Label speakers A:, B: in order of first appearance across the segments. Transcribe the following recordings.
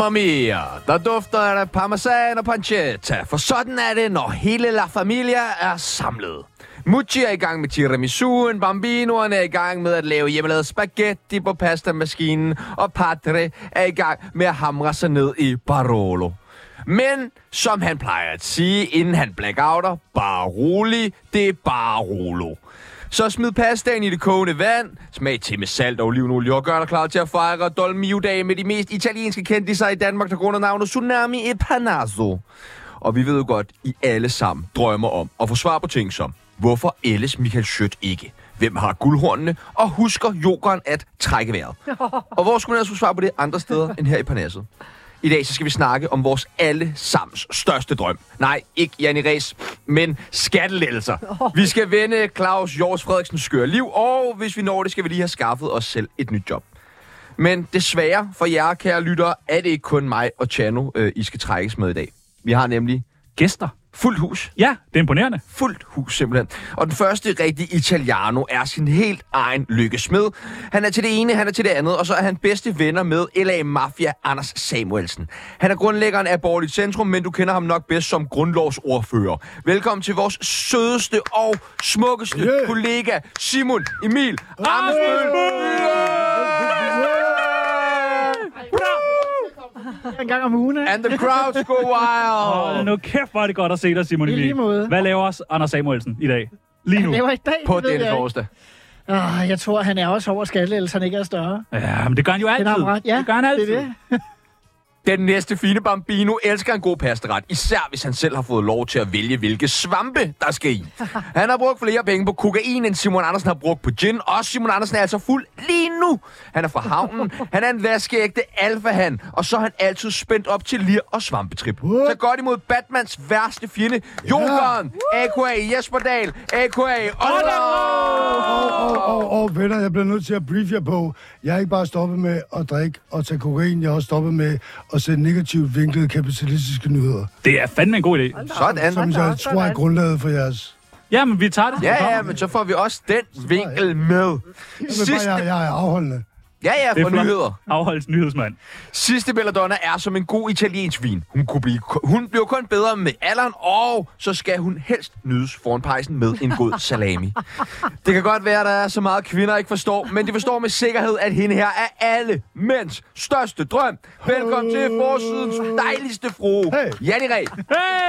A: og mere. Der dufter der parmesan og pancetta, for sådan er det, når hele La Familia er samlet. Mucci er i gang med tiramisu'en, Bambinoerne er i gang med at lave hjemmelavet spaghetti på pastamaskinen, og Padre er i gang med at hamre sig ned i Barolo. Men som han plejer at sige, inden han blackouter, bare rolig, det er bare rolo. Så smid pastaen i det kogende vand, smag til med salt og olivenolie og gør dig klar til at fejre Dolmio-dag med de mest italienske kendtiser i Danmark, der går under navnet Tsunami e Panazzo. Og vi ved jo godt, I alle sammen drømmer om at få svar på ting som, hvorfor ellers Michael Schødt ikke? Hvem har guldhornene? Og husker jokeren at trække vejret? Og hvor skulle man ellers få svar på det andre steder end her i Parnasset? I dag så skal vi snakke om vores allesammens største drøm. Nej, ikke Janne Ræs, men skattelettelser. Vi skal vende Claus Jors Frederiksens skøre liv, og hvis vi når det, skal vi lige have skaffet os selv et nyt job. Men desværre for jer, kære lyttere, er det ikke kun mig og Chano, øh, I skal trækkes med i dag. Vi har nemlig
B: Gæster.
A: fuldt hus.
B: Ja, det er imponerende.
A: Fuldt hus simpelthen. Og den første rigtige italiano er sin helt egen lykkesmed. Han er til det ene, han er til det andet, og så er han bedste venner med LA Mafia Anders Samuelsen. Han er grundlæggeren af Borgerligt Centrum, men du kender ham nok bedst som grundlovsordfører. Velkommen til vores sødeste og smukkeste yeah. kollega, Simon Emil Amesbøl.
C: en gang om ugen,
B: Altså,
C: ikke?
A: And the crowds go
B: Hold
A: wild!
B: nu kæft, hvor er det godt at se dig, Simon
C: I
B: Emil.
C: lige måde.
B: Hvad laver os Anders Samuelsen i dag? Lige nu.
C: Det var i dag,
A: På
C: det ved
A: denne
C: jeg ikke.
A: torsdag.
C: Ah, jeg tror, han er også over skalle, ellers han ikke er større.
B: Ja, men det gør han jo
C: Den har
B: altid.
C: ham ret. Ja,
B: det gør han altid.
C: Det er det.
A: Den næste fine bambino elsker en god pastaret, især hvis han selv har fået lov til at vælge, hvilke svampe der skal i. Han har brugt flere penge på kokain, end Simon Andersen har brugt på gin, og Simon Andersen er altså fuld lige nu. Han er fra havnen, han er en vaskeægte alfahan, og så er han altid spændt op til lir og svampetrip. Så godt imod Batmans værste fjende, Jokeren, a.k.a. Jesper Dahl, a.k.a. Otto!
D: Og, og, og, og venner, jeg bliver nødt til at brief jer på, jeg er ikke bare stoppet med at drikke og tage kokain, jeg har også stoppet med at sætte negativt vinklede kapitalistiske nyheder,
B: Det er fandme en god idé.
A: Sådan.
D: som
E: da
D: jeg
E: op,
D: tror er
E: sådan.
D: grundlaget for jeres...
B: Ja, men vi tager det. som det
A: Ja,
B: kommer.
A: ja, men så får vi også den vinkel med.
D: Jeg, vil bare, jeg,
A: Sidste,
D: jeg er afholdende.
A: ja,
B: Det
A: ja,
B: er
A: for
B: flot.
A: nyheder.
B: Afholds nyhedsmand.
A: Sidste belladonna er som en god italiensk vin. Hun, kunne blive, hun bliver kun bedre med alderen, og så skal hun helst nydes foran pejsen med en god salami. Det kan godt være, at der er så meget, kvinder ikke forstår, men de forstår med sikkerhed, at hende her er alle mænds største drøm. Velkommen til forsidens dejligste frue,
D: Hey.
A: Janni Ræ.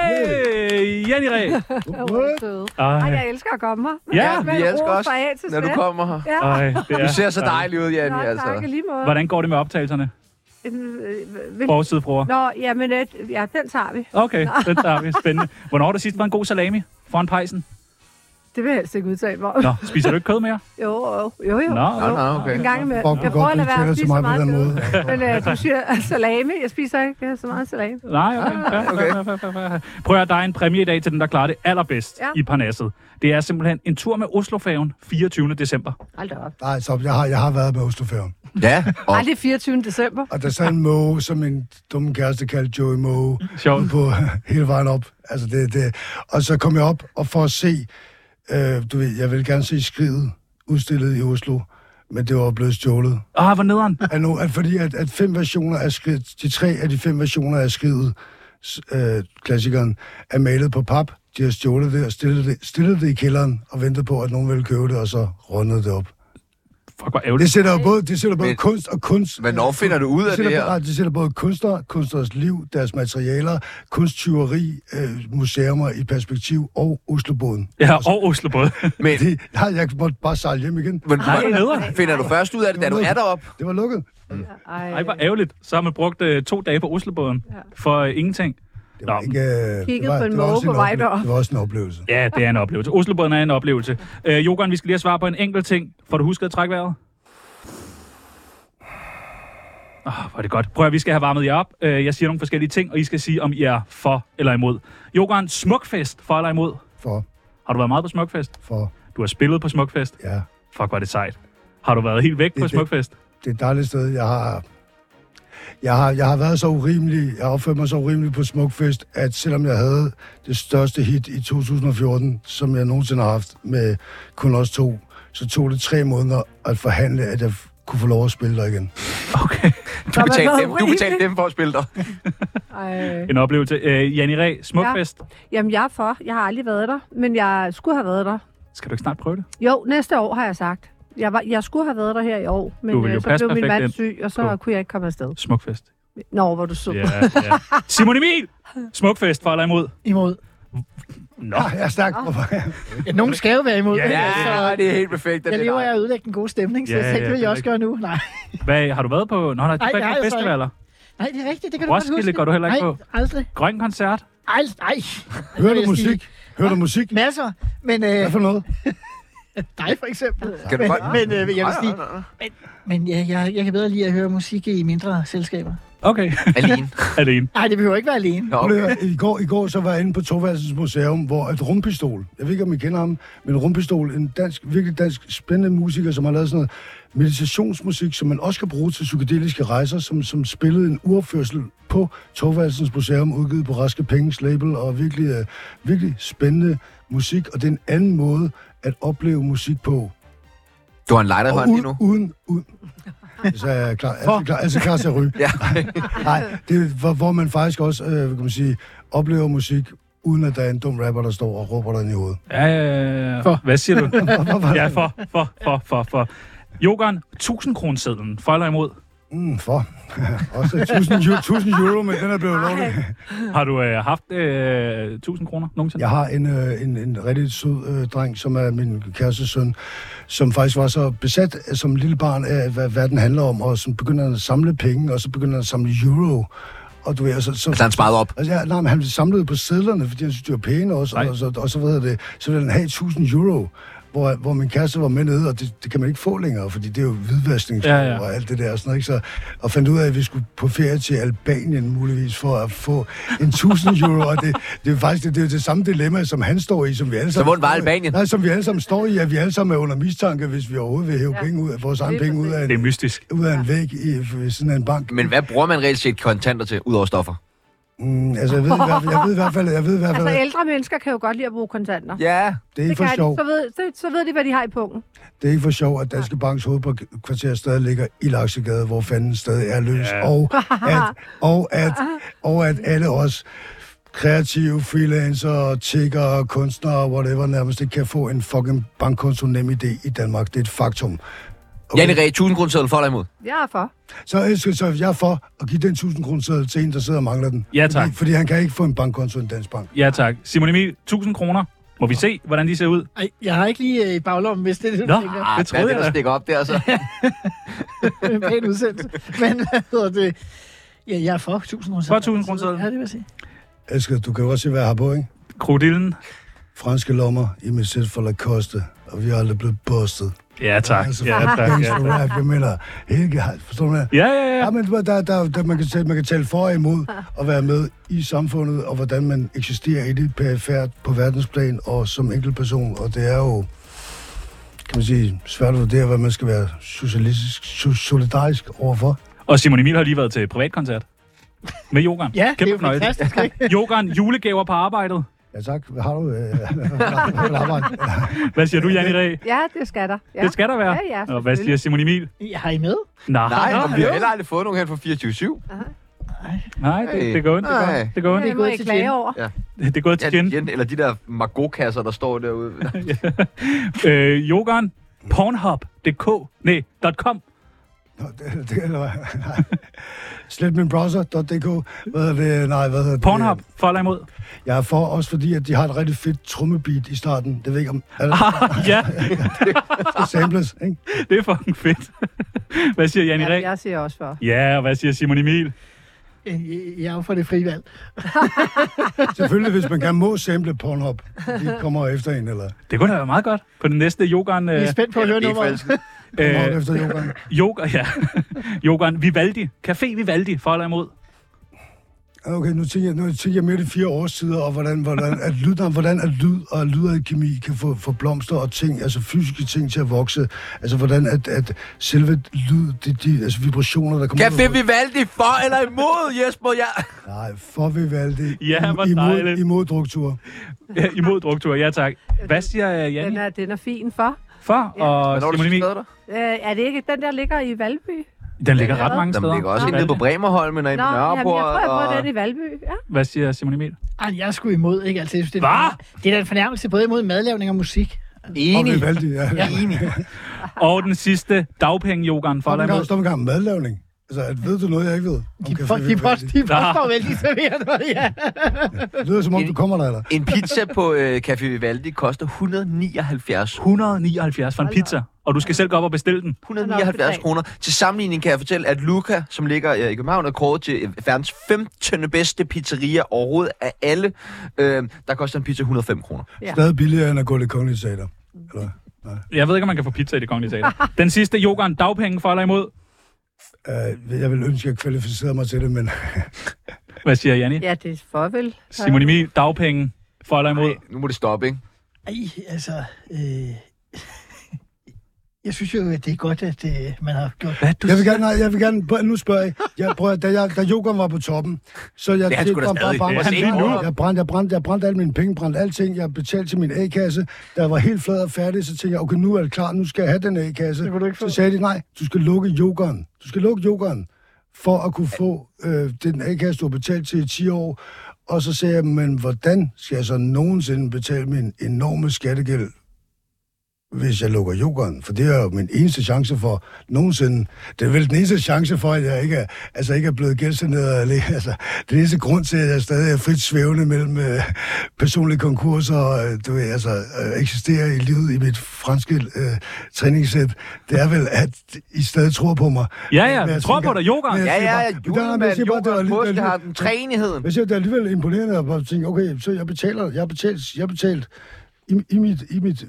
B: Hey! Jenny Ræ.
E: Hvor er det søde. Ej,
B: Ej,
E: jeg elsker at komme her.
B: Ja,
E: Men
A: Vi elsker
E: ros
A: også,
E: fra A til
A: når du
E: Z.
A: kommer her.
E: Ja,
B: ej, det er.
A: Du ser så dejlig ud,
E: Nå,
A: Janni,
E: tak, i
A: altså.
E: lige måde.
B: Hvordan går det med optagelserne?
E: Øh, øh, vil-
B: Forsidefruer.
E: Nå, jamen, øh, ja, den tager vi.
B: Okay, det tager vi. Spændende. Hvornår har du sidst var en god salami foran pejsen?
E: Det vil jeg helst ikke udtale mig om.
B: Nå, spiser du ikke kød mere?
E: Jo, jo, jo. jo.
B: Nå,
A: Nå, nå,
E: En
A: okay.
E: gang imellem.
D: Fuck, hvor
E: Jeg prøver at
D: godt, du
E: lade være
D: taler
E: at
D: til
E: spise så
D: mig på
E: meget
D: den
E: kød.
D: måde.
E: Men øh, du siger salami. Jeg spiser ikke øh, så meget salami.
B: Nej, okay. Ja,
A: okay.
B: okay. Fair, fair, fair, fair. Prøv at høre, der er en præmie i dag til den, der klarer det allerbedst ja.
E: Ja.
B: i Parnasset. Det er simpelthen en tur med Oslofaven 24. december.
E: Hold da op.
D: Nej, stop, jeg har, jeg har været med Oslofærgen.
A: Ja, og
E: Ej, det er 24. december.
D: Og der sad en måge, som min dumme kæreste kaldte Joey Moe,
B: Sjovt.
D: ude på hele vejen op. Altså det, det. Og så kom jeg op, og for at se, øh, du ved, jeg ville gerne se skridet udstillet i Oslo, men det var blevet stjålet.
B: Åh, Ah, hvor nederen.
D: At nu, at fordi at, at fem versioner af skridt, de tre af de fem versioner af skridet, s- øh, klassikeren, er malet på pap. De har stjålet det og stillet det, stillet det i kælderen og ventet på, at nogen ville købe det, og så rundede det op.
B: Fuck, hvor
D: Det
B: ærgerligt.
D: sætter jo både, det sætter både
A: Men-
D: kunst og kunst...
A: hvornår finder du ud af det
D: sætter,
A: her?
D: nej, Det sætter både kunstnere, kunstners liv, deres materialer, kunsttyveri, øh, museer i perspektiv og Osloboden.
B: Ja, og Oslo både.
A: men,
D: Det, nej, jeg måtte bare sejle hjem igen.
A: men
B: Nej, det er nederen.
A: finder du først ud af det, da du er deroppe?
D: Det var lukket.
B: Ej, hvor ærgerligt. Så har man brugt øh, to dage på Oslobåden ja. for øh, ingenting.
D: Det var
B: Nå,
D: ikke, øh, det
E: Kiggede
D: var-
E: på en
D: det var også
E: måge på vej
D: ople-
E: derop.
D: Det var også en oplevelse.
B: ja, det er en oplevelse. Oslobåden er en oplevelse. Øh, Jokeren, vi skal lige have svar på en enkelt ting. Får du husket at trække vejret? Oh, hvor er det godt. Prøv at vi skal have varmet jer op. Øh, jeg siger nogle forskellige ting, og I skal sige, om I er for eller imod. Jokeren, smukfest for eller imod?
D: For,
B: Har du været meget på smukfest?
D: for,
B: Du har spillet på smukfest?
D: ja.
B: Fuck, var det sejt. Har du været helt væk
D: er
B: på
D: det.
B: smukfest?
D: det er et dejligt sted. Jeg har, jeg har, jeg har været så urimelig, jeg har opført mig så urimelig på Smukfest, at selvom jeg havde det største hit i 2014, som jeg nogensinde har haft med kun os to, så tog det tre måneder at forhandle, at jeg f- kunne få lov at spille der igen.
B: Okay.
A: Du
E: har
A: betalte
E: været
A: dem, du
E: rigeligt.
A: betalte dem for at spille dig.
E: Ej.
B: En oplevelse. Øh, Janni Ræ, smukfest. Ja.
E: Jamen, jeg er for. Jeg har aldrig været der, men jeg skulle have været der.
B: Skal du ikke snart prøve det?
E: Jo, næste år har jeg sagt. Jeg, var, jeg skulle have været der her i år,
B: Du
E: men
B: ville jo
E: øh, så
B: passe
E: blev min
B: perfekt
E: mand
B: ind
E: syg, og så
B: på-
E: kunne jeg ikke komme afsted.
B: Smukfest.
E: Nå, hvor du så.
B: Ja, ja. Simon Emil! Smukfest, for eller imod?
C: imod.
B: Nå,
D: Ah, jeg er stærk.
C: Ja, nogen skal jo være imod.
B: Ja,
A: Ja, det er helt perfekt. at det
C: jeg
A: er
C: lever
A: dig.
C: af at ødelægge en god stemning, så
B: Ja,
C: ja, jeg tænkte,
B: ja,
C: det vil jeg
B: det
C: også
B: er
C: gøre nu. Nej.
B: hvad har du været på? Nå, nej, du
C: Ej,
B: kan
C: jeg
B: ikke
C: har
B: på
C: jo så
B: festivaler.
C: Nej, det er rigtigt, det kan du
B: Roskilde
C: godt huske.
B: går du heller ikke
C: Nej,
B: på.
C: aldrig.
B: Grøn koncert.
C: Ej, nej.
D: Hører du musik? Hører du musik?
C: Masser, men øh,
D: Hvad for noget?
C: dig for eksempel.
A: Kan du
C: Men,
A: godt-
C: men øh, jeg vil
A: Nej,
C: sige,
A: nej, nej,
C: men ja, jeg, jeg kan bedre lide at høre musik i mindre selskaber.
B: Okay.
A: nej. Alene.
B: Alene.
C: Nej, det behøver ikke være alene.
A: Nå,
D: Prøv lige at høre, I går, I går så var jeg inde på Toværelsens Museum, hvor et rumpistol, jeg ved ikke, om I kender ham, men rumpistol, en dansk, virkelig dansk spændende musiker, som har lavet sådan noget meditationsmusik, som man også kan bruge til psykedeliske rejser, som, som spillede en urførsel på Toværelsens Museum, udgivet på Raske Penges label, og virkelig, øh, virkelig spændende musik, og det er en anden måde at opleve musik på.
A: Du har en lighter i
D: Og
A: hånden lige
D: uden,
A: nu.
D: uden, uden, så er jeg klar, altid klar, altid klar til at ryge.
A: Ja.
D: Nej, det er, hvor, hvor man faktisk også, øh, kan man sige, oplever musik, uden at der er en dum rapper, der står og råber dig ind i hovedet.
B: Ja, ja, ja. For. Hvad siger du? ja, for, for, for, for, for. Jokeren, 1000 kronesedlen, for eller imod?
D: Mm, for. også 1000 euro, 1000 euro, men den er blevet lovlig.
B: Har du øh, haft øh, 1000 kroner nogensinde?
D: Jeg har en, øh, en, en rigtig sød øh, dreng, som er min kæreste søn, som faktisk var så besat øh, som lille barn af, hvad verden handler om, og så begynder han at samle penge, og så begynder han at samle euro. Og du ved, og så, så,
A: Altså, han sparede op.
D: Altså, ja, nej, men han samlede på sedlerne, fordi han synes, de var pæne også,
B: Nej.
D: og, og, så, og så, hvad hedder det, så ville han have 1000 euro, hvor, hvor min kæreste var med nede, og det, det kan man ikke få længere, fordi det er jo hvidvaskning
B: Ja, ja.
D: og alt det der og sådan noget, ikke? Så, og fandt ud af, at vi skulle på ferie til Albanien muligvis for at få en 1000 euro, og det, det er faktisk det, det, er jo det samme dilemma, som han står i, som vi alle sammen...
A: hvordan var
D: står i.
A: Albanien?
D: Nej, som vi alle sammen står i, at vi alle sammen er under mistanke, hvis vi overhovedet vil hæve ja.
E: Ja.
D: penge ud af vores egen
E: Lige
D: penge ud af
E: præcis.
D: en,
B: Det er mystisk.
D: ud af en væg i, ved siden af en bank.
A: Men hvad bruger man reelt set kontanter til, udover stoffer?
D: Mm, altså, jeg ved, i hvert fald, jeg ved i hvert fald, jeg ved i hvert fald,
E: Altså,
D: at
E: ældre mennesker kan jo godt lide at bruge kontanter.
A: Ja.
D: det er ikke
E: Det
D: for
E: kan
D: sjov.
E: de. Så ved, så, så ved de, hvad de har i pungen.
D: Det er ikke for sjov, at Danske Banks hovedkvarter stadig ligger i Laksegade, hvor fanden stadig er løs. Ja. Og, at, og, at, og at alle os kreative freelancere, tiggere, kunstnere, whatever, nærmest ikke kan få en fucking bankkonto nem idé i Danmark. Det er et faktum.
A: Okay. Janne Ræ, 1000 kroner sædel for dig imod.
E: Jeg er for.
D: Så, jeg skal- så jeg er for at give den 1000 kroner seddel til en, der sidder og mangler den.
B: Ja, tak.
D: Fordi, fordi han kan ikke få en bankkonto i en dansk bank.
B: Ja, tak. Simon Emil, 1000 kroner. Må vi se, hvordan de ser ud?
C: Ej, jeg har ikke lige øh, i baglommen, hvis det er det, du
B: Nå.
C: tænker.
A: Ah,
B: Det
A: det
B: troede
A: troede hvad er det, der
B: jeg da.
A: stikker op der, så?
C: en Øh, pæn udsendelse. Men hvad hedder det? Ja, jeg er for 1000 kroner.
B: For 1000 kroner.
C: Ja, det vil jeg sige.
D: Elsker, du kan jo også se, hvad jeg har på, ikke?
B: Krudillen?
D: Franske lommer i mit sæt for Lacoste, og vi er aldrig blevet bustet.
B: Ja, tak.
D: Altså,
B: Ja,
D: fucking
B: tak. Ja,
D: gangster
B: tak.
D: rap, jeg mener. Helt galt, forstår du hvad? jeg mener?
B: ja, ja.
D: Ja,
B: ja.
D: men du ved, der, der, der, man, kan tale, man kan tale for og imod at være med i samfundet, og hvordan man eksisterer i det perifært på verdensplan og som enkeltperson. Og det er jo, kan man sige, svært at vurdere, hvad man skal være socialistisk, so- solidarisk overfor.
B: Og Simon Emil har lige været til privatkoncert. Med Jokeren.
C: Ja, det er jo
B: fornøjelse.
C: fantastisk, ikke?
B: Jokeren, julegaver på arbejdet.
D: Ja tak, Hvad har du øh, har du arbejde?
B: Hvad siger du, Janne Ræ?
E: Ja, det skal der. Ja.
B: Det skal der være.
E: Ja, ja,
B: Og hvad siger
E: selvfølgelig.
B: Simon Emil?
C: Ja, Har I med?
B: Nej,
A: Nej,
C: Nå,
A: og vi har
C: jo.
A: heller aldrig fået nogen her fra 24-7.
B: nej, det, det går ondt, det går ondt, det går ondt.
E: Det
C: er
E: må
C: gået
E: jeg
C: til
E: klage
C: Jen.
E: over.
B: Det er gået til
A: Ja,
B: Jen.
A: Jen, eller de der Margot-kasser, der står derude.
B: Øh, Jokeren, Pornhub.dk, nej, .com.
D: Nå, det, det, eller hvad? Nej. Slet min browser.dk. Hvad hedder det? Nej, hvad hedder det?
B: Pornhub, for eller imod?
D: Jeg er for, også fordi, at de har et rigtig fedt trummebeat i starten. Det ved jeg ikke om... Er det
B: ja,
D: samples, ikke?
B: det er fucking fedt. Hvad siger Janne
E: Ja,
B: Ræ?
E: jeg siger også for.
B: Ja, og hvad siger Simon Emil?
C: Øh, Jeg er jo for det frie valg.
D: Selvfølgelig, hvis man gerne må sample Pornhub. De kommer efter en, eller...
B: Det kunne da være meget godt. På den næste Jokeren...
C: Jeg
B: Øh,
C: er spændt på at høre nummeret.
D: Pornhub
B: øh,
D: efter yogaen.
B: yoga, ja. Jokeren Vivaldi. Café Vivaldi, for eller imod?
D: Okay, nu tænker jeg, nu tænker jeg mere de fire årstider, og hvordan, hvordan, at lyd, og hvordan at lyd og lydalkemi kan få, få blomster og ting, altså fysiske ting til at vokse. Altså hvordan at, at selve lyd, det, de, altså vibrationer, der kommer...
A: Café Vivaldi for eller imod, Jesper? Ja.
D: Nej, for Vivaldi.
B: Ja, hvor
D: imod,
B: dejligt.
D: imod druktur.
B: Ja, Imod druktur, ja tak. Hvad siger øh,
E: Den
B: Janne
E: er, den er fin for.
B: for? Og
A: Hvornår har du
B: Simon
A: sidst
B: Emil?
A: været der?
E: Øh, er det ikke den, der ligger i Valby?
B: Den ligger ret
E: lavet.
B: mange steder.
A: Den ligger også
B: Hvad er
A: inde på
B: det?
A: Bremerholmen og inde
E: Nå,
A: på
E: jamen, jeg
A: Nørreport.
E: tror, jeg prøver
A: og-
E: den i Valby. Ja.
B: Hvad siger Simon Emil?
C: Ej, jeg er sgu imod, ikke? Altså, jeg synes, det, er
B: Hva?
C: det er da en fornærmelse både imod madlavning og musik.
D: Og vi
A: Enig.
D: valgte, ja. ja.
A: Enig.
B: Og den sidste dagpenge-yoghurt for
D: Stop
B: dig
D: en gang,
B: imod.
D: stop en gang med madlavning. Altså, at ved du noget, jeg ikke ved?
C: De,
D: Om
C: for,
D: café
C: de, post,
D: Vivaldi?
C: de påstår vel, de serverer noget, ja.
D: Det lyder, som om du kommer der, eller?
A: En pizza på øh, Café Vivaldi koster 179
B: 179 for en
E: Hold da
B: pizza, og du skal selv gå op og bestille den.
A: 179
E: Nå,
A: kroner. Til sammenligning kan jeg fortælle, at Luca, som ligger øh, i København, er kåret til øh, verdens 15. bedste pizzeria overhovedet af alle. Øh, der koster en pizza 105 kroner.
E: Ja.
D: Stadig billigere end at gå til kongelige teater. Eller?
B: Jeg ved ikke, om man kan få pizza i det kongelige teater. Den sidste yoghurt dagpenge for eller imod.
D: Øh, jeg vil ønske, at jeg kvalificerede mig til det, men
B: Hvad siger Janni?
E: ja, det er forvel.
B: Simon Emil, dagpenge for eller imod.
A: Nu må det stoppe, ikke?
C: Ej, altså... Øh, jeg synes jo, at det er godt, at øh, man har gjort...
B: Hvad du
D: jeg vil
B: siger?
D: gerne, nej, jeg vil gerne, prøv- nu spørger jeg, jeg prøver, da, jeg, da yoghurt var på toppen, så jeg
A: Det er han sgu da
D: bam, bam,
A: stadig.
D: bam,
A: Det er han
D: bam,
A: lige nu.
D: bam. jeg brændte, jeg brændte, jeg brændte alle mine penge, brændte alting, jeg betalte til min A-kasse, da jeg var helt flad og færdig, så tænkte jeg, okay, nu er det klar, nu skal jeg have den A-kasse.
C: kunne du ikke få.
D: Så sagde de, nej, du skal lukke yoghurten. Du skal lukke yoghurten for at kunne få øh, den A-kasse, du har betalt til i 10 år. Og så sagde jeg, men hvordan skal jeg så nogensinde betale min enorme skattegæld hvis jeg lukker yoghurten, for det er jo min eneste chance for nogensinde. Det er vel den eneste chance for, at jeg ikke er, altså ikke er blevet gældsaneret. eller- Altså, det er den eneste grund til, at jeg stadig er frit svævende mellem øh, personlige konkurser og øh, du ved, altså, øh, eksisterer i livet i mit franske øh, træningssæt. Det er vel, at I stadig tror på mig.
B: Ja, ja,
D: Men
B: vi
D: jeg
B: tror på
D: tænker-
B: dig, yoghurt.
D: Men jeg
A: Ja,
D: siger
A: ja,
D: bare-
A: ja.
D: Men der er- men jeg
A: Julemand,
D: siger bare, det var
A: yoghurt,
D: lidt-
A: påske
D: det var
A: har
D: lidt-
A: den træenigheden.
D: men jeg siger, det er alligevel imponerende at bare tænke, okay, så jeg betaler, jeg betalt, jeg betalt i, i, mit, i mit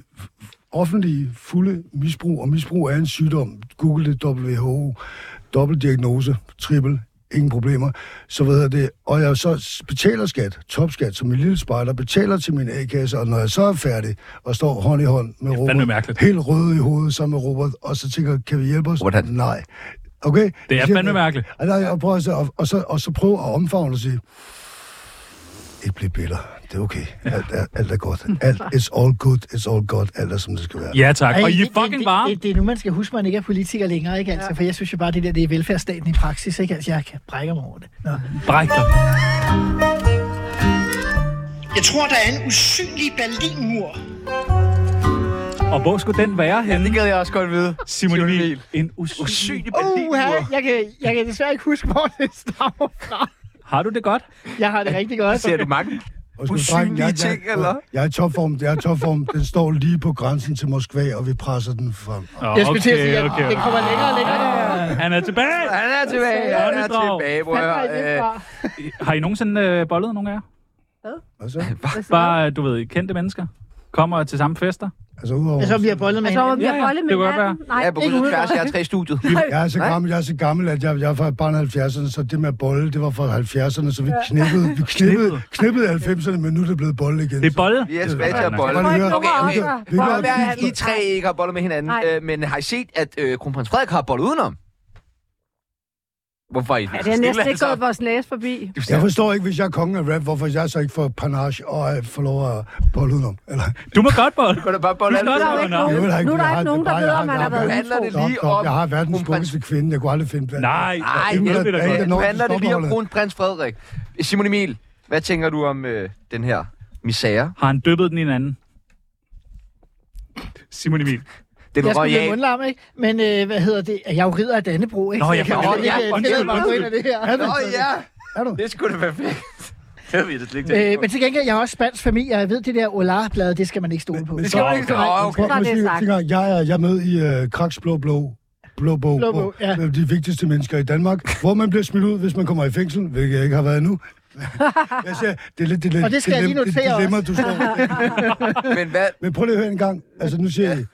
D: offentlige fulde misbrug, og misbrug er en sygdom, google det WHO, dobbeltdiagnose, trippel, ingen problemer, så ved jeg det, og jeg så betaler skat, topskat, som en lille spejder, betaler til min A-kasse, og når jeg så er færdig, og står hånd i hånd med
B: fandme
D: Robert,
B: mærkeligt.
D: helt rød i hovedet sammen med Robert, og så tænker, jeg, kan vi hjælpe os?
A: Robert Hansen.
D: Nej. Okay?
B: Det er
D: Jeg siger,
B: fandme mærkeligt.
D: og, der, og, prøv at, se- og, og, så, og så prøv at omfavne og sige, ikke blive bitter. Det er okay. Alt er, alt er godt. Alt, it's all good. It's all godt. Alt er, som det skal være.
B: Ja tak,
C: Ej,
B: og I er
C: det-
B: fucking
C: det,
B: varme.
C: Det, det, det, er nu, man skal huske, at man ikke er politiker længere, ikke? Altså, for jeg synes jo bare, det der, det er velfærdsstaten i praksis, ikke? Altså, jeg kan brække mig over det. Nå.
B: Bræk dig.
F: Jeg tror, der er en usynlig Berlinmur.
B: Og hvor skulle den være henne,
A: Det gad jeg også godt vide.
B: Simon Emil? En usynlig.
A: Usynlig
C: Uh,
A: Berlinmur.
C: jeg, kan, jeg kan desværre ikke huske, hvor det stammer fra.
B: Har du det godt?
C: Jeg har det rigtig godt.
A: Ser du mange?
D: Undskyld,
A: Usynlige
D: dreng, jeg- jeg-
A: ting, eller?
D: Jeg er i topform. Jeg er i topform. Den står lige på grænsen til Moskva, og vi presser den frem.
B: Nå,
C: Jeg skulle til at sige, at det kommer længere og længere.
B: Han er tilbage!
A: Han er tilbage. Han er
B: Åndedrag.
A: tilbage, bror.
C: Hvad var det
A: Øh,
C: fra?
B: Har I nogensinde øh, bollet nogen af jer?
D: Og så,
E: Hvad så?
B: Bare, du ved, kendte mennesker? Kommer til samme fester?
D: altså, udover,
C: Jeg så bliver bollet med
E: Altså, om
C: hinanden.
E: vi har
B: Ja, ja,
E: bollet med
B: det kunne godt
E: hinanden? Nej,
A: Jeg er på grund af tværs, jeg er tre i studiet.
D: jeg er, så
A: Nej.
D: gammel, jeg er så gammel, at jeg, jeg er fra barn 70'erne, så det med bolle, det var fra 70'erne, så vi knæppede, vi knæppede, knæppede 90'erne, men nu er det blevet bolle igen.
B: Det er bolle?
A: Vi er tilbage til at
B: Nå,
A: bolle.
D: Prøv at høre.
A: Okay, okay.
E: Okay.
A: Det kan godt
D: Prøv at
A: være, at
D: kigge
A: I tre ikke har bollet med hinanden,
E: Nej.
A: øh, men har I set, at øh, kronprins Frederik har bollet udenom? Hvorfor er I Altså,
E: Ja,
A: ja,
E: det er næsten ikke gået vores næse forbi.
D: Jeg forstår ikke, hvis jeg er kongen af rap, hvorfor jeg så ikke får panache og øh, får lov at bolle udenom. Eller,
B: Du må godt bolle.
A: Kan du bare bolle
B: Du
A: alle
B: slår dig
E: Der er jo
A: sammen?
B: Nå,
E: ikke nogen,
D: jeg ved da ikke,
E: nu er der
D: jeg har-
E: ikke nogen,
D: det
E: der
D: er
E: ved,
D: bare-
E: om man
D: jeg
E: har
D: har-
E: været
D: jeg
A: handler det
E: utro.
A: lige
D: stop, stop,
A: om
D: jeg har verdens
A: kronprins-
D: smukkeste kvinde. Jeg kunne aldrig finde blandt.
B: Nej,
A: Nej,
B: det ved
A: hjælp
B: vi da
D: dig
B: godt.
D: ikke.
A: Nu
D: Nå,
A: handler
D: stop,
A: det lige om
D: Rolle.
A: kronprins Frederik. Simon Emil, hvad tænker du om øh, den her misære?
B: Har han dyppet den i en anden? Simon Emil.
A: Den
C: Jeg skulle blive
A: royale.
C: mundlam, ikke? Men øh, hvad hedder det? Jeg er jo ridder af Dannebro, ikke?
B: Nå,
C: Så
B: ja,
C: kan
B: for-
C: jo
A: ja,
C: ikke
A: undskyld,
C: tillade mig at gå ind i det her.
A: Nå ja,
D: Er du?
A: det skulle da være fedt. Det ved det slet ikke.
C: Øh, men til gengæld, jeg har også spansk familie, og jeg ved, det der Olar-blad, det skal man ikke stole på.
A: Det skal man ikke stole på.
C: Nej,
A: Åh, okay.
E: Så er det sagt.
D: Jeg, jeg, er, jeg er med i øh, Kraks Blå Blå. Blå bog,
C: Blå
D: blå
C: Bog,
D: bog
C: ja.
D: de vigtigste mennesker i Danmark, hvor man bliver smidt ud, hvis man kommer i fængsel, hvilket jeg ikke har været endnu. jeg siger, det er lidt det, er lidt-
C: Og det skal jeg lige
D: dilem- det er
C: notere
D: dilemma,
C: også.
D: du står i.
A: Men hvad?
D: Men prøv lige at høre en gang. Altså, nu siger jeg,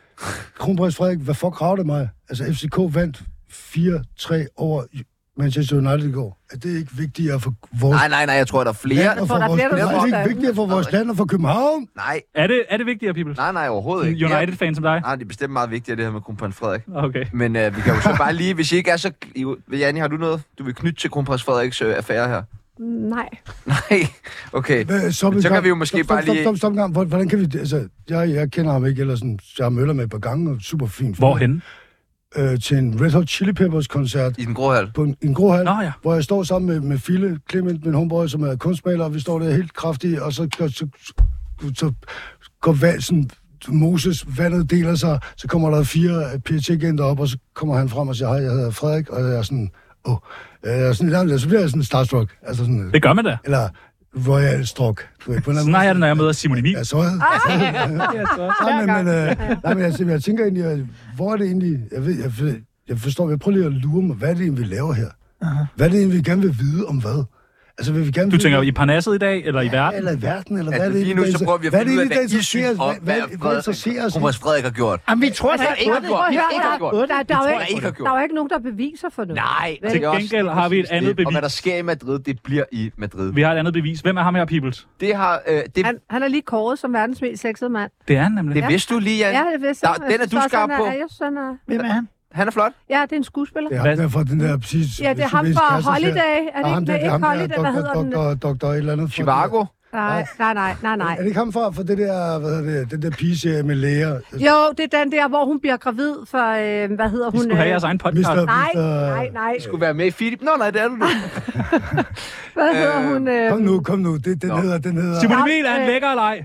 D: Kronprins Frederik, hvad fuck rager det mig? Altså, FCK vandt 4-3 over Manchester United i går. Er det ikke vigtigere for vores
A: Nej, nej, nej, jeg tror, der er flere.
D: land og
E: tror,
D: for
E: der er
D: vores...
E: flere, der
D: Er det
E: synes, der er-
D: ikke vigtigere for vores land og for København? Øh,
A: Nej,
B: Er det, er det vigtigere, people?
A: nej, nej, overhovedet ikke.
B: United-fan som dig?
A: Ja, Nej, det er bestemt meget vigtigt, det her med kronprins Frederik.
B: Okay.
A: Men øh, vi kan jo så bare lige, hvis I ikke er så... I- Janne, har du noget, du vil knytte til kronprins Frederiks øh, affære her?
E: Nej.
A: Nej, okay.
D: Hvad, stop
A: Men
D: en
A: så
D: gang.
A: kan vi jo måske
D: stop, stop,
A: bare lige-
D: Stop, stop, stop, en gang. Hvor- Hvordan kan vi... Altså, jeg, jeg kender ham ikke, eller sådan... Jeg har møller med et par gange, og super fint.
B: Hvorhen?
D: øh, til en Red Hot Chili Peppers koncert
A: I den grå hal.
D: på en, en grohal,
B: Nå, ja.
D: hvor jeg står sammen med, med Fille, Clement, min homeboy, som er kunstmaler, og vi står der helt kraftige, og så, så, så, så går valsen, Moses, vandet deler sig, så kommer der fire PHG-agenter op, og så kommer han frem og siger, hej, jeg hedder Frederik, og jeg er sådan, åh, oh. jeg er sådan, lidt anderledes." så bliver jeg sådan starstruck, altså sådan,
B: Det gør man da.
D: eller royal struck, du ved, på en eller
B: Sådan har jeg det, når jeg møder Simon Emil.
D: Ja, så er Nej, men, men, øh, nej, men altså, jeg tænker egentlig, øh, hvor er det egentlig... Jeg, ved, jeg, ved- jeg forstår, jeg prøver lige at lure mig, hvad er det egentlig, vi laver her? Hvad er det egentlig, vi gerne vil vide om hvad? Altså, vil vi gerne
B: Du
D: vide,
B: tænker i Parnasset i dag, eller i
D: Ja,
B: verden?
D: eller i verden, eller
A: At
D: hvad er det
A: Altså, lige nu,
D: egentlig,
A: så prøver vi at
D: hvad er det
A: finde ud af,
D: egentlig, der
A: hvad I
D: interesserer
A: synes
D: os?
A: om,
D: Hvad, hvad, hvad, hvad interesserer os?
A: Kronprins Frederik har gjort.
C: Jamen, vi tror da
A: Altså,
C: ikke
A: ikke
C: på
A: har
C: det.
A: gjort.
E: Prøv at
A: Ikke har
E: høre,
A: gjort.
E: der, der, der,
A: Det
E: er
A: tror
E: jo
A: jeg ikke
E: ikke,
A: har gjort.
E: der er jo ikke nogen, der beviser for noget.
A: Nej,
E: Vel?
A: og det er også
B: gengæld har vi et
A: præcis
B: andet
A: det. Og
B: bevis.
A: hvad der sker i Madrid, det bliver i Madrid.
B: Vi har et andet bevis. Hvem er ham her, Peoples?
A: Det har... Øh, det,
E: Han, han er lige kåret som verdens mest sexede mand.
B: Det er han nemlig.
A: det vidste du lige, Jan.
E: Ja, det er
A: Der- den er du skarp på.
E: Jeg synes, han er,
C: Hvem er han?
A: Han er flot.
E: ja, det er en skuespiller.
D: Det er ham
B: Hvad?
D: der fra den der præcis...
E: Ja, det er ham fra Holiday. Er det ikke, det er ikke Holiday, hvad hedder den?
D: Doktor, doktor, et eller andet. fra-
A: Chivago.
E: Nej, nej, nej, nej, nej.
D: Er det ikke ham fra, fra det der, hvad hedder det, den der pigeserie med læger?
E: Jo, det er den der, hvor hun bliver gravid for, øh, hvad hedder
B: I
E: hun?
B: skulle have
E: øh,
B: jeres egen podcast.
D: Mister-
E: Nej,
D: Mister-
E: nej, nej.
A: Du skulle være med i Filip. Nå, nej, det er du nu.
E: Ah. Hvad hedder hun? Øh,
D: Kom nu, kom nu. Det, den
A: Nå.
D: hedder, den hedder...
B: Simon Emil, er han lækker eller ej?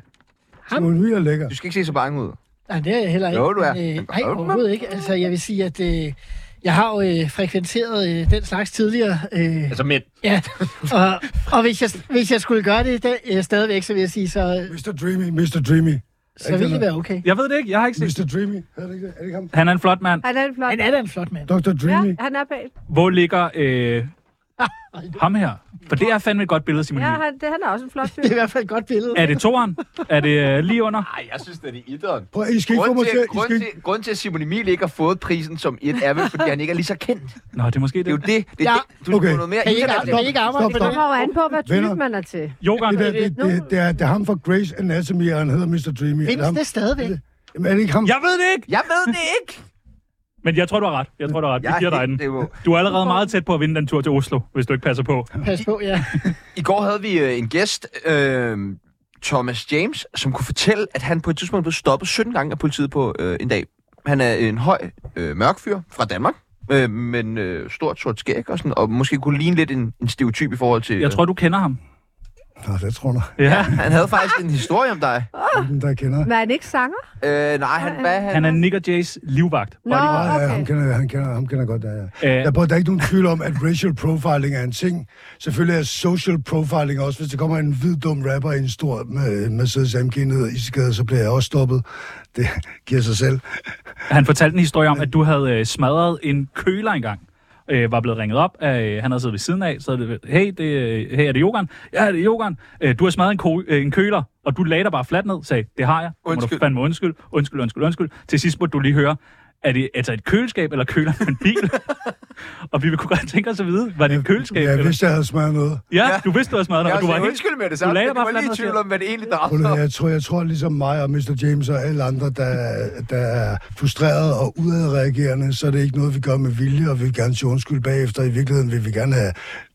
D: Simon Myhr lækker.
A: Du skal ikke se så bange ud.
C: Nej, det er jeg heller ikke.
A: Jo, du er.
C: Men,
A: Jamen,
C: øh, nej,
A: er du
C: overhovedet ikke. Altså, jeg vil sige, at øh, jeg har jo øh, frekventeret øh, den slags tidligere. Øh,
A: Altså midt.
C: ja. og, og hvis, jeg, hvis jeg skulle gøre det i dag, øh, stadigvæk, så vil jeg sige, så,
D: Mr. Dreamy, Mr. Dreamy.
C: så ville det være okay.
B: Jeg ved det ikke. Jeg har ikke set.
D: Mr. Dreamy, er det ikke det? Er det ikke ham?
B: Han er en flot mand.
E: han er en flot.
C: Han er da en flot mand.
D: Dr. Dreamy.
E: Ja, han er bag.
B: Hvor ligger øh, ham her? For det er fandme et godt billede, Simon
E: Ja,
B: Emil.
E: han, det, han er også en flot fyr.
C: Det er i hvert fald et godt billede.
B: Er det toeren? Er det øh, lige under?
A: Nej, jeg synes, det er etteren.
D: Prøv, at- I skal ikke få
A: Grunden
D: mig til...
A: til,
D: I
A: grund
D: skal
A: til, grund til, at Simon Emil ikke har fået prisen som et, er vel, fordi han ikke er lige så kendt. Det
B: Nå, det er måske
A: er jo
B: det.
A: det. det, er
C: Ja.
A: det. Du skal
D: Okay.
A: få noget mere
C: Kan I ikke,
A: internet.
C: kan I ikke arbejde
D: Stop,
C: på
E: Det
D: stop.
C: det?
E: kommer jo an på, hvad
D: Venner.
E: type man er til.
B: Jogan,
D: Det, der, det, det, det, er, det er ham fra Grey's Anatomy, og han hedder Mr. Dreamy. Er det
C: Findes
D: ham?
C: det stadigvæk?
D: Jamen, er det ikke ham?
B: jeg ved det ikke!
A: Jeg ved det ikke.
B: Men jeg tror, du har ret. Jeg tror, du har ret. Vi
A: Jeg er
B: giver dig
A: helt-
B: den.
A: det er jo-
B: Du er allerede meget tæt på at vinde den tur til Oslo, hvis du ikke passer på.
C: Pas på, ja.
A: I går havde vi øh, en gæst, øh, Thomas James, som kunne fortælle, at han på et tidspunkt blev stoppet 17 gange af politiet på øh, en dag. Han er en høj, øh, mørk fyr fra Danmark, øh, men øh, stort sort skæg og sådan, og måske kunne ligne lidt en, en stereotyp i forhold til...
B: Jeg tror, du kender ham.
D: Nå, det tror jeg nok.
B: Ja.
A: Han havde faktisk en historie om dig.
D: Den, der kender.
E: Men er han ikke sanger?
A: Øh, nej, han, hvad, han,
B: Han er Nick og Jays livvagt.
E: Nå,
D: Ja, ja,
E: okay.
D: ham kender, jeg, han kender, ham kender jeg godt, der, ja.
B: Øh,
D: Der, prøver, der er ikke nogen tvivl om, at racial profiling er en ting. Selvfølgelig er social profiling også. Hvis der kommer en hvid dum rapper i en stor med, Mercedes AMG ned i skade, så bliver jeg også stoppet. Det giver sig selv.
B: Han fortalte en historie om, at du havde øh, smadret en køler engang. Øh, var blevet ringet op. Af, øh, han havde siddet ved siden af. Så havde det, hey, det, øh, hey, er det Jogan? Ja, det er Jogan. Øh, du har smadret en, ko- øh, en køler, og du lagde dig bare fladt ned. Sagde, det har jeg. Det Må
A: Undskyld.
B: du fandme undskyld. Undskyld, undskyld, undskyld. Til sidst måtte du lige høre, er det altså et køleskab eller køler på en bil? og vi kunne godt tænke os at vide, var det et køleskab?
D: Ja,
B: eller-
D: hvis jeg havde smadret noget.
B: ja, du vidste, du havde smadret noget,
A: Jeg
B: og du var
A: var
B: helt...
A: undskyld med det
B: du
A: samme.
B: lagde
A: men
B: dig
A: Jeg
B: bare
A: var lige i
B: fladt ned
A: tvivl
B: og-
A: om, hvad det egentlig drejede
D: Prøv
A: sig
D: lige,
A: om.
D: Jeg tror, jeg tror ligesom mig og Mr. James og alle andre, der, der er frustreret og udadreagerende, så er det ikke noget, vi gør med vilje, og vi vil gerne sige undskyld bagefter. I virkeligheden vil vi gerne have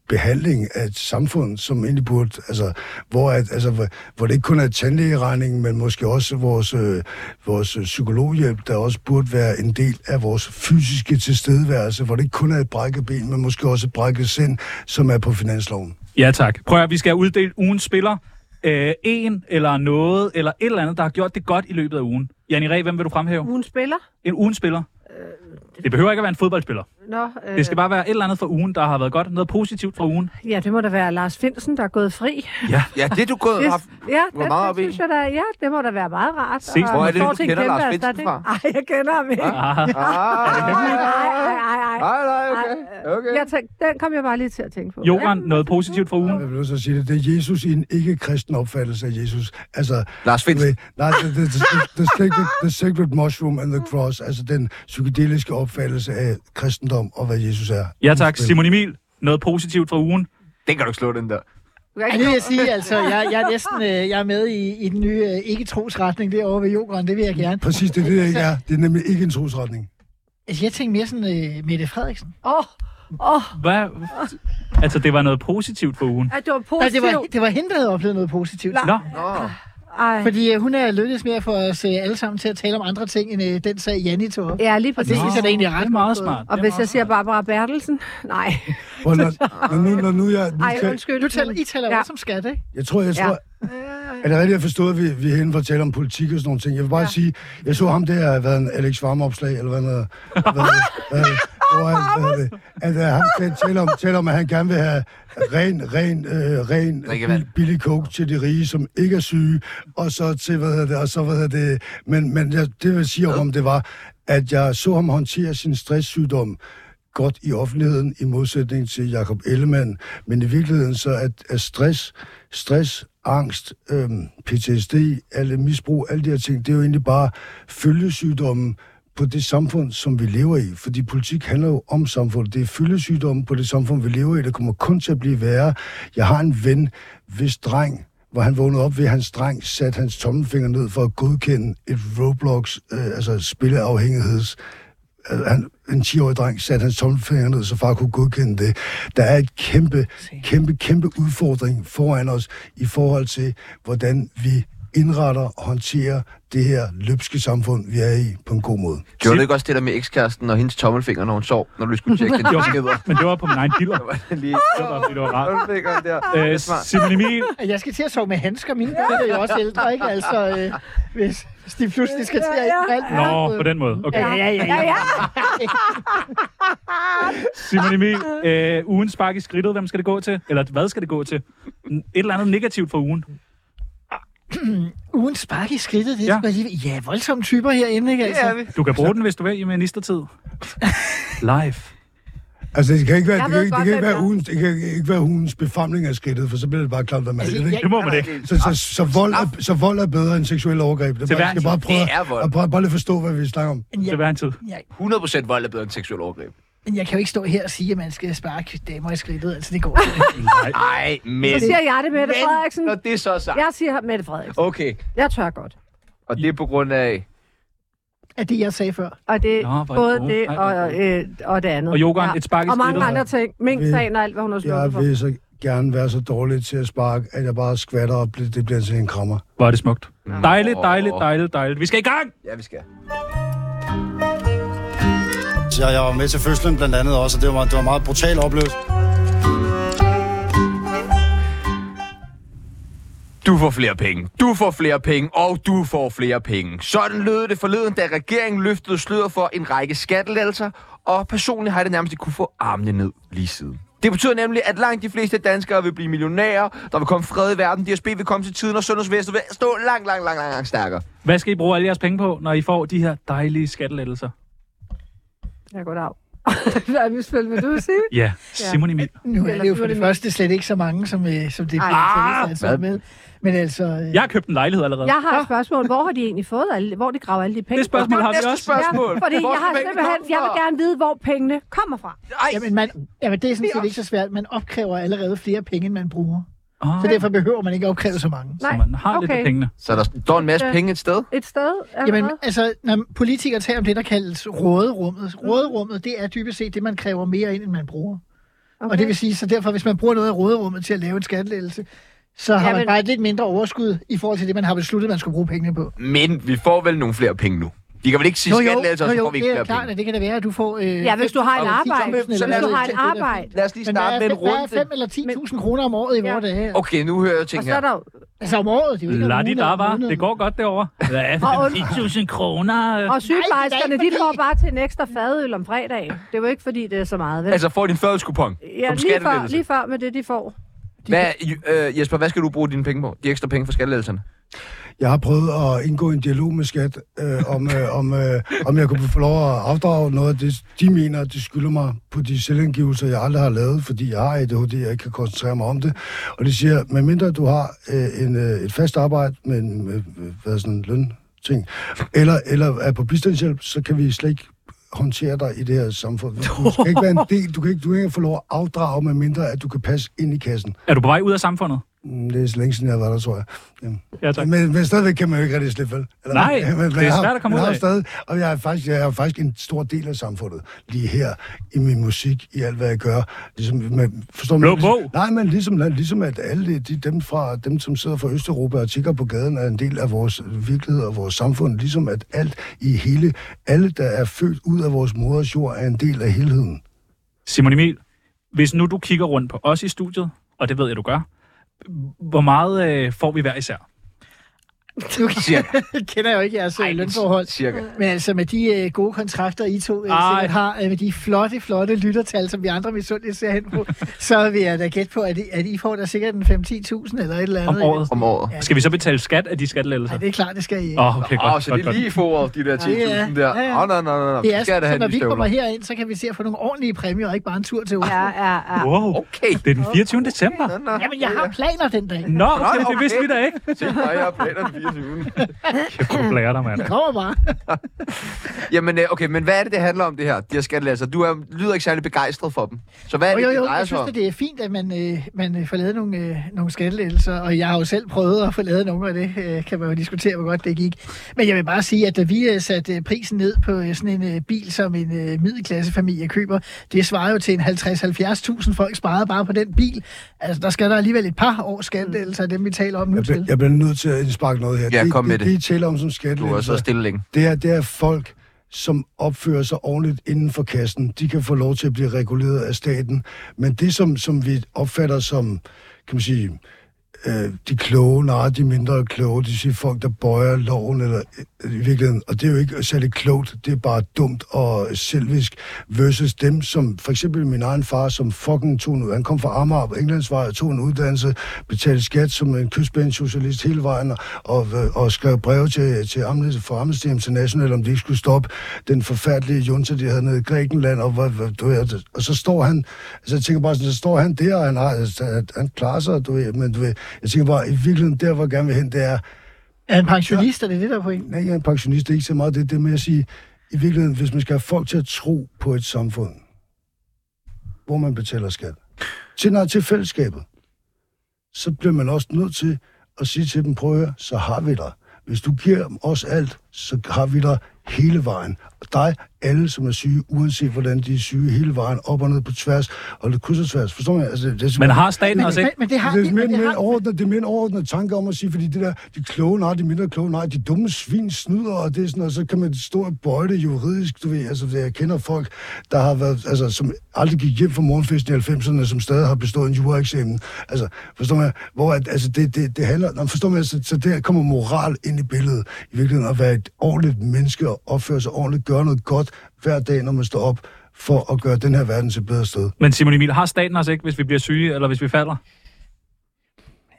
D: behandling af et samfund, som egentlig burde, altså, hvor, at, altså, hvor, hvor det ikke kun er tandlægeregningen, men måske også vores, øh, vores øh, psykologhjælp, der også burde være en del af vores fysiske tilstedeværelse, hvor det ikke kun er et brækket ben, men måske også et brækket sind, som er på finansloven.
B: Ja tak. Prøv at høre, vi skal have uddelt ugens spiller. Øh, en eller noget, eller et eller andet, der har gjort det godt i løbet af ugen. Janni Ræ, hvem vil du fremhæve?
E: Hun spiller.
B: En ugens spiller. Det behøver ikke at være en fodboldspiller.
E: Nå, øh,
B: Det skal bare være et eller andet fra ugen, der har været godt. Noget positivt fra ugen.
E: Ja, det må da være Lars Finsen, der er gået fri.
A: Ja, det du gået
E: Det,
A: haft.
E: ja,
A: var meget
E: det,
A: oppe i.
E: det synes jeg da, ja, det må da være meget rart.
B: Ses.
E: Og
B: Hvor er
E: han
A: det,
E: står
A: du
E: til en
A: kender
E: kæmpe
A: Lars Finsen
E: erstatning.
A: fra?
E: Ej, jeg kender ham ikke.
B: Ah,
E: Nej,
A: Ah,
E: nej, nej, nej. øh,
A: nej, nej, Ah, okay. okay.
E: Jeg tænkte, den kom jeg bare lige til at tænke på.
B: Johan, noget positivt fra
D: Jeg
B: ugen.
D: vil så sige det. Det er Jesus i en ikke-kristen opfattelse af Jesus. Altså,
A: Lars
D: du ved, nej, the, the, the, the, sacred, the sacred mushroom and the cross, altså den psykedeliske opfattelse af kristendom og hvad Jesus er.
B: Ja tak. Simon Emil, noget positivt fra ugen.
A: Den kan du ikke slå, den der.
E: Ja,
C: Ja, det vil jeg sige, altså, jeg, jeg er næsten øh, jeg er med i, i den nye øh, ikke-trosretning derovre ved Jokeren, det vil jeg gerne.
D: Præcis, det er det, jeg ikke er. Det er nemlig ikke en trosretning.
C: Altså, jeg tænkte mere sådan øh, Mette Frederiksen.
E: Åh, åh,
B: Hvad? Altså, det var noget positivt for ugen.
E: at det var
C: Nej, det
E: positivt.
C: var, det var hende, der havde oplevet noget positivt.
E: Nej.
B: Nå,
A: Nå.
E: Ej.
C: Fordi øh, hun er lykkedes med at få os øh, alle sammen til at tale om andre ting, end øh, den sag Janni tog op.
E: Ja, lige
C: Og det
E: præcis.
C: synes jeg da egentlig er
B: det er
C: ret
B: meget
C: godt
B: smart. Det
E: Og
B: er
E: hvis
B: meget
E: jeg siger
B: smart.
E: Barbara Bertelsen? Nej.
D: Hvor når, når, nu, når nu jeg... Nu
E: Ej,
D: kan,
E: undskyld.
C: Du taler, I taler ja.
E: Ja.
C: også om skat, ikke?
D: jeg tror, jeg
E: Ja.
D: tror... Er det rigtigt, jeg forstod, at vi, vi er henne for at tale om politik og sådan nogle ting? Jeg vil bare ja. sige, jeg så ham der, hvad en Alex Varmopslag, eller hvad han hedder. Hvad, hvad, hvor han, hvad er det, at øh, han kan tale om, tale om, at han gerne vil have ren, ren, øh, ren
A: Drikkevand.
D: bil- billig coke til de rige, som ikke er syge, og så til, hvad hedder det, og så, hvad hedder det, men, men jeg, det vil sige om, det var, at jeg så ham håndtere sin stresssygdom godt i offentligheden, i modsætning til Jakob Ellemann. Men i virkeligheden så er, er stress, stress, angst, øhm, PTSD, alle misbrug, alle de her ting, det er jo egentlig bare følgesygdommen på det samfund, som vi lever i. Fordi politik handler jo om samfundet. Det er følgesygdommen på det samfund, vi lever i. Det kommer kun til at blive værre. Jeg har en ven, hvis dreng hvor han vågnede op ved, at hans dreng satte hans tommelfinger ned for at godkende et Roblox, øh, altså spilleafhængigheds Altså, han, en 10-årig dreng satte hans tommelfinger ned, så far kunne godkende det. Der er et kæmpe, kæmpe, kæmpe udfordring foran os i forhold til, hvordan vi indretter og håndterer det her løbske samfund, vi er i, på en god måde.
A: Gjorde du ikke også det der med ekskæresten og hendes tommelfinger, når hun sov, når du skulle tjekke den
B: Jo.
A: beskeder?
B: Men det var på min egen dealer.
A: Der var det lige
B: Det var bare, fordi det var rart.
A: tommelfingeren der. Det
B: Øh,
A: er smart.
B: Simon Emil,
C: Og Jeg skal til at sove med handsker. Mine børn er jo også ældre, ikke? Altså, øh, hvis, hvis de pludselig skal til at
E: Ja, ja.
C: alt muligt.
B: Nå, på den måde. Okay.
C: Ja, ja, ja.
E: Ja,
C: ja.
E: ja.
B: Simon Emil, øh, ugen spark i skridtet, hvem skal det gå til? Eller hvad skal det gå til? Et eller andet negativt for ugen.
C: Ugen spark i skridtet, det
B: Ja.
C: er ja. lige... Ja, voldsomme typer herinde, ikke? Altså.
A: Det er vi.
B: Du kan bruge den, hvis du vil i ministertid. Live.
D: Altså, det kan ikke være,
E: Jeg
D: det
E: ved
D: kan, ikke- det
E: godt,
D: kan ikke
E: hvem
D: være,
E: jeg er.
D: ugens, det kan ikke være ugens befamling af skridtet, for så bliver det bare klamt af mand.
C: Altså,
D: ikke?
C: jeg-
B: Det må man ikke.
D: Så, så, så, vold er, så vold er bedre end seksuel overgreb. Det er
B: Til
D: bare,
B: hver en
D: skal bare
B: tid.
D: prøve,
A: Det er vold.
D: at prøve, bare lige forstå, hvad vi snakker om.
B: Det er hver en tid.
C: Jeg,
A: 100% vold er bedre end seksuel overgreb.
C: men jeg kan jo ikke stå her og sige, at man skal sparke damer i skridtet. Altså, det går simpelthen ikke.
A: Nej, men...
E: Så siger jeg det, Mette Frederiksen.
A: Men, når det er så sagt.
E: Jeg siger Mette Frederiksen.
A: Okay,
E: Jeg tør godt.
A: og det er på grund af...
C: Af det, jeg sagde før.
E: Og det
B: Nå,
E: er
B: hvor er I
E: både
B: gode.
E: det
B: Ej,
E: og,
B: hvor er I
E: øh, og det andet.
B: Og yoghurt, et spark i
E: Og mange
B: skridtet.
E: andre ting. Mink-sagen og alt, hvad hun har slået
D: Jeg
E: for.
D: vil så gerne være så dårlig til at sparke, at jeg bare skvatter og bliver- det bliver til en krammer.
B: Hvor er det smukt. Dejligt, dejligt, dejligt, dejligt. Vi skal i gang!
A: Ja, vi skal.
G: Ja, jeg var med til fødslen blandt andet også, og det var, det var en meget brutal oplevelse.
A: Du får flere penge, du får flere penge, og du får flere penge. Sådan lød det forleden, da regeringen løftede sløret for en række skattelettelser, og personligt har jeg det nærmest ikke kunne få armene ned lige siden. Det betyder nemlig, at langt de fleste danskere vil blive millionærer, der vil komme fred i verden, DSB vil komme til tiden, og sundhedsvæsenet vil stå langt, langt, langt, langt, langt stærkere.
B: Hvad skal I bruge alle jeres penge på, når I får de her dejlige skattelettelser?
E: Ja, goddag. Hvad er mit spil, vil du sige?
B: Ja, Simon Emil.
C: Nu er
E: Eller
C: det jo for
E: bliver
C: det
E: det
C: første slet ikke så mange, som, øh, som det
E: Ej.
B: Ah!
C: er altså,
A: Hvad?
C: med. Men altså... Øh,
B: Jeg har købt en lejlighed allerede.
E: Jeg har et spørgsmål. Hvor har de egentlig fået alle, hvor de graver alle de penge?
B: Det spørgsmål har vi
A: Næste
B: også.
A: spørgsmål.
E: Ja, fordi
A: Hvor
E: jeg har
A: skal pengene
E: simpelthen,
A: komme
E: jeg vil
A: fra?
E: gerne vide, hvor pengene kommer fra.
A: Ej,
C: Jamen, man, jamen, det er sådan
A: Det er
C: set ikke så svært. Man opkræver allerede flere penge, end man bruger.
B: Ah,
C: Så derfor behøver man ikke opkræve så mange.
E: Nej,
B: så man har lidt af pengene.
A: Så der står en masse penge et sted.
E: Et sted? eller
C: Jamen,
E: hvad?
C: altså, når politikere taler om det, der kaldes
E: Mm.
C: råderummet. Råderummet, det er dybest set det, man kræver mere ind, end man bruger. Okay. Og det vil sige, så derfor, hvis man bruger noget af råderummet til at lave en skattelettelse, så har man
E: Jamen-
C: bare et lidt mindre overskud i forhold til det, man har besluttet, man skulle bruge pengene på.
A: Men vi får vel nogle flere penge nu. De kan vel ikke sige skattelettelser, så får vi ikke
C: det er
A: flere
C: klart,
A: penge.
C: at det kan da være, at du får... Øh,
E: Ja, hvis du har et
A: Okay. Så-
E: arbejde.
A: så
E: Hvis
A: lad
E: du
A: os-
E: har et arbejde.
A: Lad os lige
C: Men der
A: starte
C: er,
A: med en
C: fem- der er
A: runde.
C: 5 eller 10.000 kroner om året i vores dage. her.
A: Okay, nu hører jeg ting
E: Og så er
A: her.
E: der jo...
C: Altså om året, det er jo ikke om
B: Lad de
C: ugen
B: da
C: eller
B: var.
C: måneden.
B: Det går godt derovre. Ja,
E: Og-
B: 10.000 kroner.
E: Og sygeplejerskerne,
C: Nej, det er
E: de
C: ikke
E: får
C: fordi-
E: bare til en ekstra fadøl om fredagen. Det er jo ikke, fordi det er så meget,
C: Øh,
E: vel?
A: Altså, får din førdelskupon
E: Ja,
A: som
E: lige før,
A: skattelettelse.
E: lige før med det, de får.
A: Hvad, øh, Jesper, hvad skal du bruge dine penge på? De ekstra penge for skattelettelserne?
D: Jeg har prøvet at indgå en dialog med skat, øh, om, øh, om, øh, om jeg kunne få lov at afdrage noget af det, de mener, de skylder mig på de selvangivelser, jeg aldrig har lavet, fordi jeg har ADHD, jeg ikke kan koncentrere mig om det. Og de siger, medmindre du har øh, en, øh, et fast arbejde med, en, med, med hvad er sådan en løn, ting, eller, eller er på bistandshjælp, så kan vi slet ikke håndtere dig i det her samfund. Du skal ikke være en del, du kan ikke, du kan ikke få lov at afdrage, medmindre at du kan passe ind i kassen.
B: Er du på vej ud af samfundet?
D: Mm, Det er så længe siden, jeg har været der, tror jeg. Ja.
B: Ja, tak.
D: Men, men stadigvæk kan man jo ikke rigtig slippe, vel? Eller,
B: Nej,
D: men- men
B: det er
D: jeg har-
B: svært at komme
D: jeg
B: ud
D: har
B: af.
D: Stadig, og jeg er, faktisk, jeg er jo faktisk en stor del af samfundet lige her, i min musik, i alt, hvad jeg gør. Ligesom, man, forstår
B: Blå
D: man, ligesom,
B: bog.
D: Nej, men ligesom, ligesom at alle de, dem, fra, dem, som sidder fra Østeuropa og tigger på gaden, er en del af vores virkelighed og vores samfund. Ligesom at alt i hele, alle, der er født ud af vores moders jord, er en del af helheden.
B: Simon Emil, hvis nu du kigger rundt på os i studiet, og det ved jeg, du gør, hvor meget øh, får vi hver især?
C: Nu
A: Cirka.
C: kender jeg jo ikke jeres Ej, lønforhold.
A: Cirka.
C: Men altså med de øh, gode kontrakter, I to øh,
B: Ej.
C: sikkert har, øh, med de flotte, flotte lyttertal, som vi andre misundeligt ser hen på, så vil jeg da gætte på, at I, at I får da sikkert en 5-10.000 eller et eller
B: Om
C: andet.
B: året?
A: om året.
C: Ja.
B: Skal vi så betale skat af de skattelettelser?
C: Nej, det er klart, det skal I ikke.
B: Åh, okay,
A: Åh,
B: godt,
A: oh, så
B: godt,
A: det er
B: godt.
A: lige for de der 10.000
C: Ja, ja.
A: der.
C: Ja, ja.
A: Åh, nej, nej, nej, nej.
C: Det er
A: Vi skal da
C: sådan,
A: have
C: når
A: de
C: vi kommer
A: støvler.
C: herind, så kan vi se at få nogle ordentlige præmier, og ikke bare en tur til Oslo.
E: Ja,
C: Ja.
E: ja, ja.
B: Wow,
A: Okay.
B: det er den 24. december.
A: Nå, nå.
C: Jamen, jeg har planer den dag.
B: Nå, okay, det
A: okay.
B: vidste vi da ikke.
A: Se, nej, jeg har planer den 24.
B: Kæft, du blærer dig, mand.
C: Det kommer bare.
A: Jamen, øh, okay, men hvad er det, det handler om, det her? De her skattelæser. Du er, lyder ikke særlig begejstret for dem. Så hvad er
C: Jo,
A: det,
C: jo,
A: det
C: jo,
A: drejer
C: jeg
A: sig
C: synes,
A: om?
C: at det er fint, at man, øh, man øh, får lavet nogle, øh, nogle skattelettelser, og jeg har jo selv prøvet at få lavet nogle af det, øh, kan man jo diskutere, hvor godt det gik. Men jeg vil bare sige, at da vi øh, satte øh, prisen ned på øh, sådan en øh, bil, som en øh, middelklassefamilie køber, det svarer jo til en 50-70.000 folk sparet bare på den bil. Altså, der skal der alligevel et par års skattelettelser af dem, vi taler om nu
D: Jeg, bliver-
C: til.
D: jeg bliver nødt til at indsparke noget her.
A: Ja, kom med
D: det.
A: det.
D: Det, I taler om som
A: Du har
D: skattelettelser,
A: så stille længe.
D: Det er, det er folk, som opfører sig ordentligt inden for kassen. De kan få lov til at blive reguleret af staten. Men det, som, som vi opfatter som, kan man sige, øh, de kloge, nej, de mindre kloge, de siger folk, der bøjer loven, eller øh, i virkeligheden, og det er jo ikke særlig klogt, det er bare dumt og selvisk, versus dem, som for eksempel min egen far, som fucking tog en ud, han kom fra Amager på Englandsvej og tog en uddannelse, betalte skat som en kystbanesocialist hele vejen, og, og, og skrev breve til, til Amnesty, for Amnesty International, om de ikke skulle stoppe den forfærdelige junta, de havde nede i Grækenland, og, hvad, hvad, du ved, og så står han, altså jeg tænker bare sådan, så står han der, og han, har, altså, han klarer sig, du ved, men du ved, jeg tænker bare, i virkeligheden, der hvor jeg gerne vil hen, det er,
C: Er en pensionist, er det det, der er pointen?
D: nej, jeg er en pensionist, det er ikke så meget det, er det med at sige, i virkeligheden, hvis man skal have folk til at tro på et samfund, hvor man betaler skat, til, nej, til fællesskabet, så bliver man også nødt til at sige til dem, prøv at høre, så har vi dig. Hvis du giver os alt, så har vi dig hele vejen. Og dig, alle som er syge, uanset hvordan de er syge, hele vejen, op og ned på tværs, og lidt kryds og tværs. Forstår man? Altså, det er
B: Men har staten
C: Men,
B: også
C: men,
B: ikke?
C: men det har
D: det er
C: de, men
D: mere,
C: det
D: mere,
C: har
D: overordnet, det er mere en overordnet tanke om at sige, fordi det der, de kloge nej, de mindre kloge nej, de dumme svin snyder, og det er sådan, og så kan man stå og bøje det juridisk, du ved, altså jeg kender folk, der har været, altså som aldrig gik hjem fra morgenfesten i 90'erne, som stadig har bestået en juraeksamen, altså forstår man, hvor at, altså det, det, det handler, nå, forstår man, så, så der kommer moral ind i billedet, i virkeligheden at være et ordentligt menneske, og opføre sig ordentligt, gøre noget godt hver dag, når man står op, for at gøre den her verden til et bedre sted.
B: Men Simon Emil, har staten også ikke, hvis vi bliver syge, eller hvis vi falder?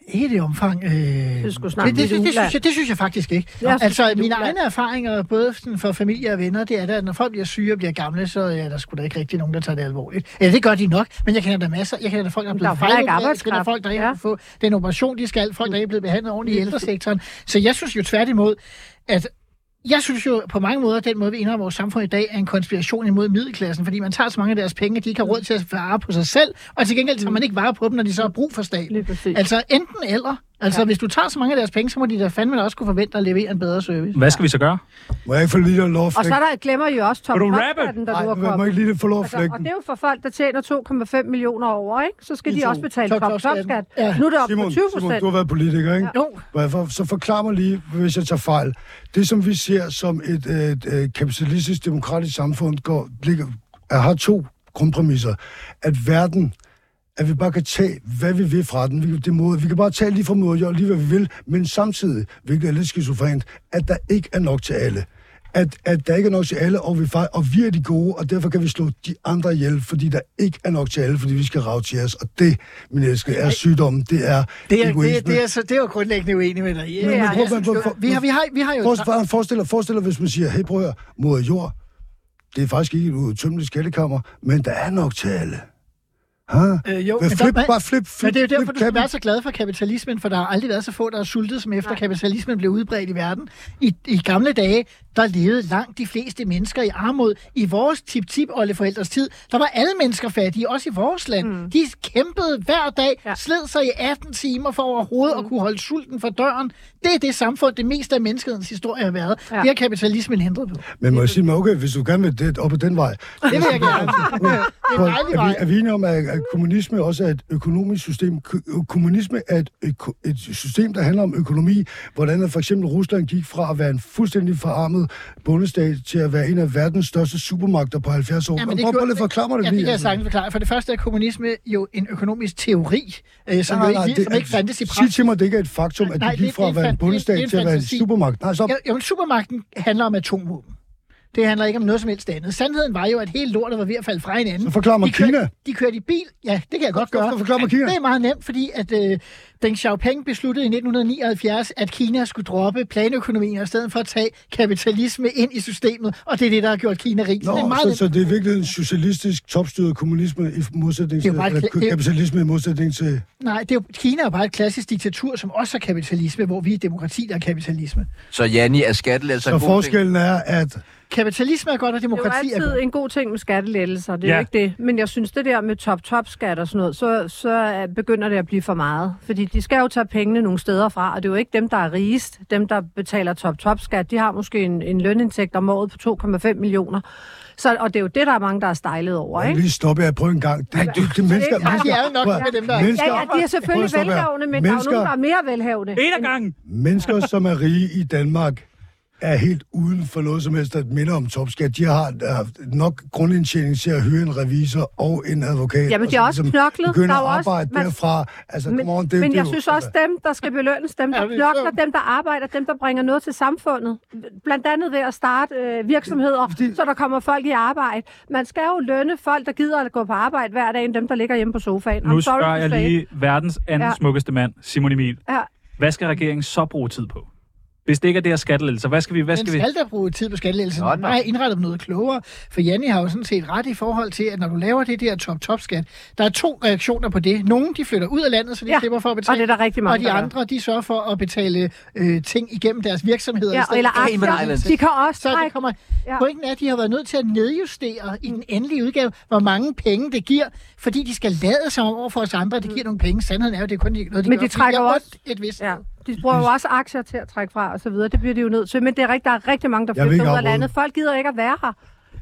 C: Ikke i det omfang. Øh...
E: Det skulle snakke
C: Det, det, det,
E: lidt
C: det,
E: Uland.
C: synes jeg, det synes jeg faktisk ikke.
E: Jeg synes, det
C: altså,
E: er
C: mine
E: uland.
C: egne erfaringer, både sådan for familie og venner, det er da, at når folk bliver syge og bliver gamle, så er der sgu da ikke rigtig nogen, der tager det alvorligt. Ja, det gør de nok, men jeg kender da masser. Jeg kender da folk, der er
E: Men
C: blevet
E: der er jo heller
C: fejlopereret. Jeg
E: ikke
C: kender
E: arbejdskraft.
C: folk, der ikke har
E: Ja.
C: fået den operation, de skal. Folk, der ikke er blevet behandlet ordentligt i ældresektoren. Så jeg synes jo tværtimod, at jeg synes jo på mange måder, at den måde, vi indrømmer vores samfund i dag, er en konspiration imod middelklassen, fordi man tager så mange af deres penge, at de ikke har råd til at vare på sig selv, og til gengæld tager man ikke vare på dem, når de så har brug for staten.
E: Lige præcis.
C: Altså enten eller. Altså ja. hvis du tager så mange af deres penge, så må de da fandme da også kunne forvente at levere en bedre service.
B: Hvad skal vi så gøre?
D: Må jeg ikke få lige lov at
E: Og så er der, glemmer I jo også Tom
B: Vil du rappe?
E: Hopkatten, der nu
D: Nej,
E: er
D: man må ikke
E: kommet.
D: lige det få lov at
E: Altså, og
D: flække
E: det
D: den.
E: er jo for folk, der tjener 2,5 millioner over, ikke? Så skal
C: Det
E: de
C: er
E: også
C: to-
E: betale
C: top-
E: topskat.
C: topskatten. Ja.
E: Nu er det op på
D: Ligesom Simon,
E: 20
D: Simon, du har
E: procent.
D: været politiker,
E: Ah.
D: ikke?
C: Jo.
D: Hvorfor- Så forklar mig lige, hvis jeg tager fejl. Det, som vi ser som et, øh, et, øh, kapitalistisk demokratisk samfund, går, ligger, er, har to grundpræmisser. At verden, at vi bare kan tage, hvad vi vil fra den. Vi, det måde, vi kan bare tage lige fra moder jord, lige hvad vi vil, men samtidig, hvilket er lidt skizofrent, at der ikke er nok til alle. At, at der ikke er nok til alle, og vi, fej- og vi er de gode, og derfor kan vi slå de andre ihjel, fordi der ikke er nok til alle, fordi vi skal rave til os. Og det, min elskede, er sygdommen.
C: Det
D: Det er,
C: er, det, er,
D: egoismen.
C: det, er, så, det er jo grundlæggende uenig med dig. Ja,
E: Men- men prøv-
C: jeg
D: prøv-
C: synes jo-
D: prøv-
C: vi, har, vi, har, vi har jo...
D: Forestil, for- forestil, dig, forestil dig, hvis man siger, hey prøv at høre, moder jord, det er faktisk ikke et udtømmeligt skattekammer, men der er nok til alle. Huh?
C: Øh, jo,
D: Hvad,
C: men
D: flip,
C: der,
D: bare flip, flip,
C: men det er jo derfor,
D: flip
C: du skal
D: kappen.
C: være så glad for kapitalismen, for der har aldrig været så få, der har sultet som efter kapitalismen blev udbredt i verden. I, I gamle dage, der levede langt de fleste mennesker i armod. I vores tip-tip-oldeforældres tid, der var alle mennesker fattige, også i vores land. Mm. De kæmpede hver dag, ja.
E: Ja.
C: sled sig i 18 timer for overhovedet mm. at kunne holde sulten for døren. Det er det samfund, det meste af menneskehedens historie har været. Ja.
E: Ja.
C: Det har kapitalismen hindret på.
D: Men må jeg sige, men okay, hvis du gerne vil det, op ad den vej.
C: Det vil jeg gerne. det er en dejlig
D: Er vi, er
C: vej.
D: vi enige om, at, at kommunisme også er et økonomisk system? Ko- Kommunisme er et, øko- et system, der handler om økonomi. Hvordan at for eksempel Rusland gik fra at være en fuldstændig forarmet bondestat til at være en af verdens største supermagter på 70 år. Ja, men det Prøv
C: gjorde-
D: prøv lige at forklare mig det
C: Ja, det
D: lige,
C: kan jeg
D: altså.
C: sagtens forklare. For det første er kommunisme jo en økonomisk teori, øh, som,
D: Nej,
C: jo
D: nej,
C: ikke,
D: det-
C: som ikke fandtes i
D: Sig
C: praksis.
D: til mig, det ikke er et faktum, at
C: Nej,
D: de
C: det-
D: gik
C: det
D: fra
C: er
D: at være en
C: fan- det er- det er
D: bondestat
C: en
D: til at være en
C: fantasi.
D: supermagt. Nej, stop.
C: Jo, jo, men supermagten handler om atomvåben. Det handler ikke om noget som helst andet. Sandheden var jo, at hele lortet var ved at falde fra hinanden.
D: Så forklar mig
C: de kørte,
D: Kina.
C: De kørte i bil. Ja, det kan jeg godt gøre.
D: Så forklar mig Kina.
C: Det er meget nemt, fordi at øh, Deng Xiaoping besluttede i 1979, at Kina skulle droppe planøkonomien, og i stedet for at tage kapitalisme ind i systemet, og det er det, der har gjort Kina rig. Så det er
D: Nå,
C: meget
D: så,
C: nemt.
D: så det er virkelig en socialistisk topstyret kommunisme i modsætning
C: Det er
D: til,
C: jo bare et
D: eller
C: kla- det er-
D: kapitalisme i modsætning til...
C: Nej, det er jo, Kina er jo bare et klassisk diktatur, som også er kapitalisme, hvor vi er demokrati, der er kapitalisme.
A: Så Janni er skattelettelser
D: Så
A: en god ting?
D: forskellen er, at
C: Kapitalisme er godt, og
E: Det er jo
C: demokrati er
E: altid
C: godt.
E: en god ting med skattelettelser, det er
B: Ja.
E: ja. ikke det. Men jeg synes, det der med top-top-skat og sådan noget, så, så øh, begynder det at blive for meget. Fordi de skal jo tage pengene nogle steder fra, og det er jo ikke dem, der er rigest. Dem, der betaler top-top-skat, de har måske en, en lønindtægt om året på 2,5 millioner. Så, og det er jo det, der er mange, der er stejlet over,
D: Jeg
E: ikke?
D: lige stoppe her, prøv en gang. Det, det, det, det mennesker,
E: ikke-
D: mennesker,
C: De er jo nok
D: prøv
C: med
D: at-
C: dem, der er-
D: mennesker,
E: Ja, ja, de er
D: prøv
E: selvfølgelig
D: at stoppe her.
E: velhavende, men der er jo
D: mennesker,
E: nogen, der er mere velhavende.
B: En af gangen!
D: Mennesker, som er rige i Danmark, er helt uden for noget som helst, der minder om topskat. De har haft nok grundindtjening til at hyre en revisor og en advokat.
E: Jamen,
D: og
E: de
D: så
E: har også
D: ligesom
E: knoklet.
D: Begynder
E: Der er jo
D: at
E: også-
D: arbejde
E: man-
D: derfra. Altså,
E: Men,
D: come on, det,
E: men
D: det,
E: jeg
D: jo- altså-
E: synes også, dem, der skal belønnes, dem,
C: Ja,
E: der
C: det er
E: knokler,
C: sjovt.
E: dem, der arbejder, dem, der bringer noget til samfundet. Blandt andet ved at starte øh, virksomheder,
D: Fordi-
E: så der kommer folk i arbejde. Man skal jo lønne folk, der gider at gå på arbejde hver dag, end dem, der ligger hjemme på sofaen.
B: Nu
E: I'm sorry
B: spørger
E: to
B: jeg
E: say.
B: lige verdens anden ja.
E: Ja.
B: smukkeste mand, Simon Emil.
E: Ja.
B: Hvad skal regeringen så bruge tid på? Hvis det ikke er det her skattelettelser, hvad skal vi... Hvad
C: Men
B: skal vi?
C: skal der bruge tid på skattelettelsen?
A: Nå,
C: Nej,
A: nå.
C: nej. indrettet dem noget klogere. For Janni har jo sådan set ret i forhold til, at når du laver det der top-top-skat, der er to reaktioner på det. Nogle, de flytter ud af landet, så de ja.
E: Ja,
C: slipper for at betale.
E: Og det er der rigtig mange,
C: og de
E: der gør.
C: andre, de sørger for at betale øh, ting igennem deres virksomheder. i
E: Ja,
C: stedet
E: eller
C: for-
A: Cayman Islands.
E: aktier. De kan også
C: Så det
E: trække.
C: kommer... Ja.
E: Ja.
C: Pointen er, at de har været nødt til at nedjustere i den endelige udgave, hvor mange penge det giver, fordi de skal lade sig om over for os andre, at det giver nogle penge. Sandheden er jo, det er kun noget, de
E: Mm. Men de
C: gør, fordi
E: trækker
C: har
E: også-
C: ondt Et vist.
E: Ja. De bruger
D: Mm.
E: jo også aktier til at trække fra og så videre. Det bliver de jo nødt til. Men det er rigtig, der er rigtig mange, der
D: Jeg vil
E: flytter
D: ikke
E: ud af
D: afbryde.
E: landet. Folk gider ikke at være her.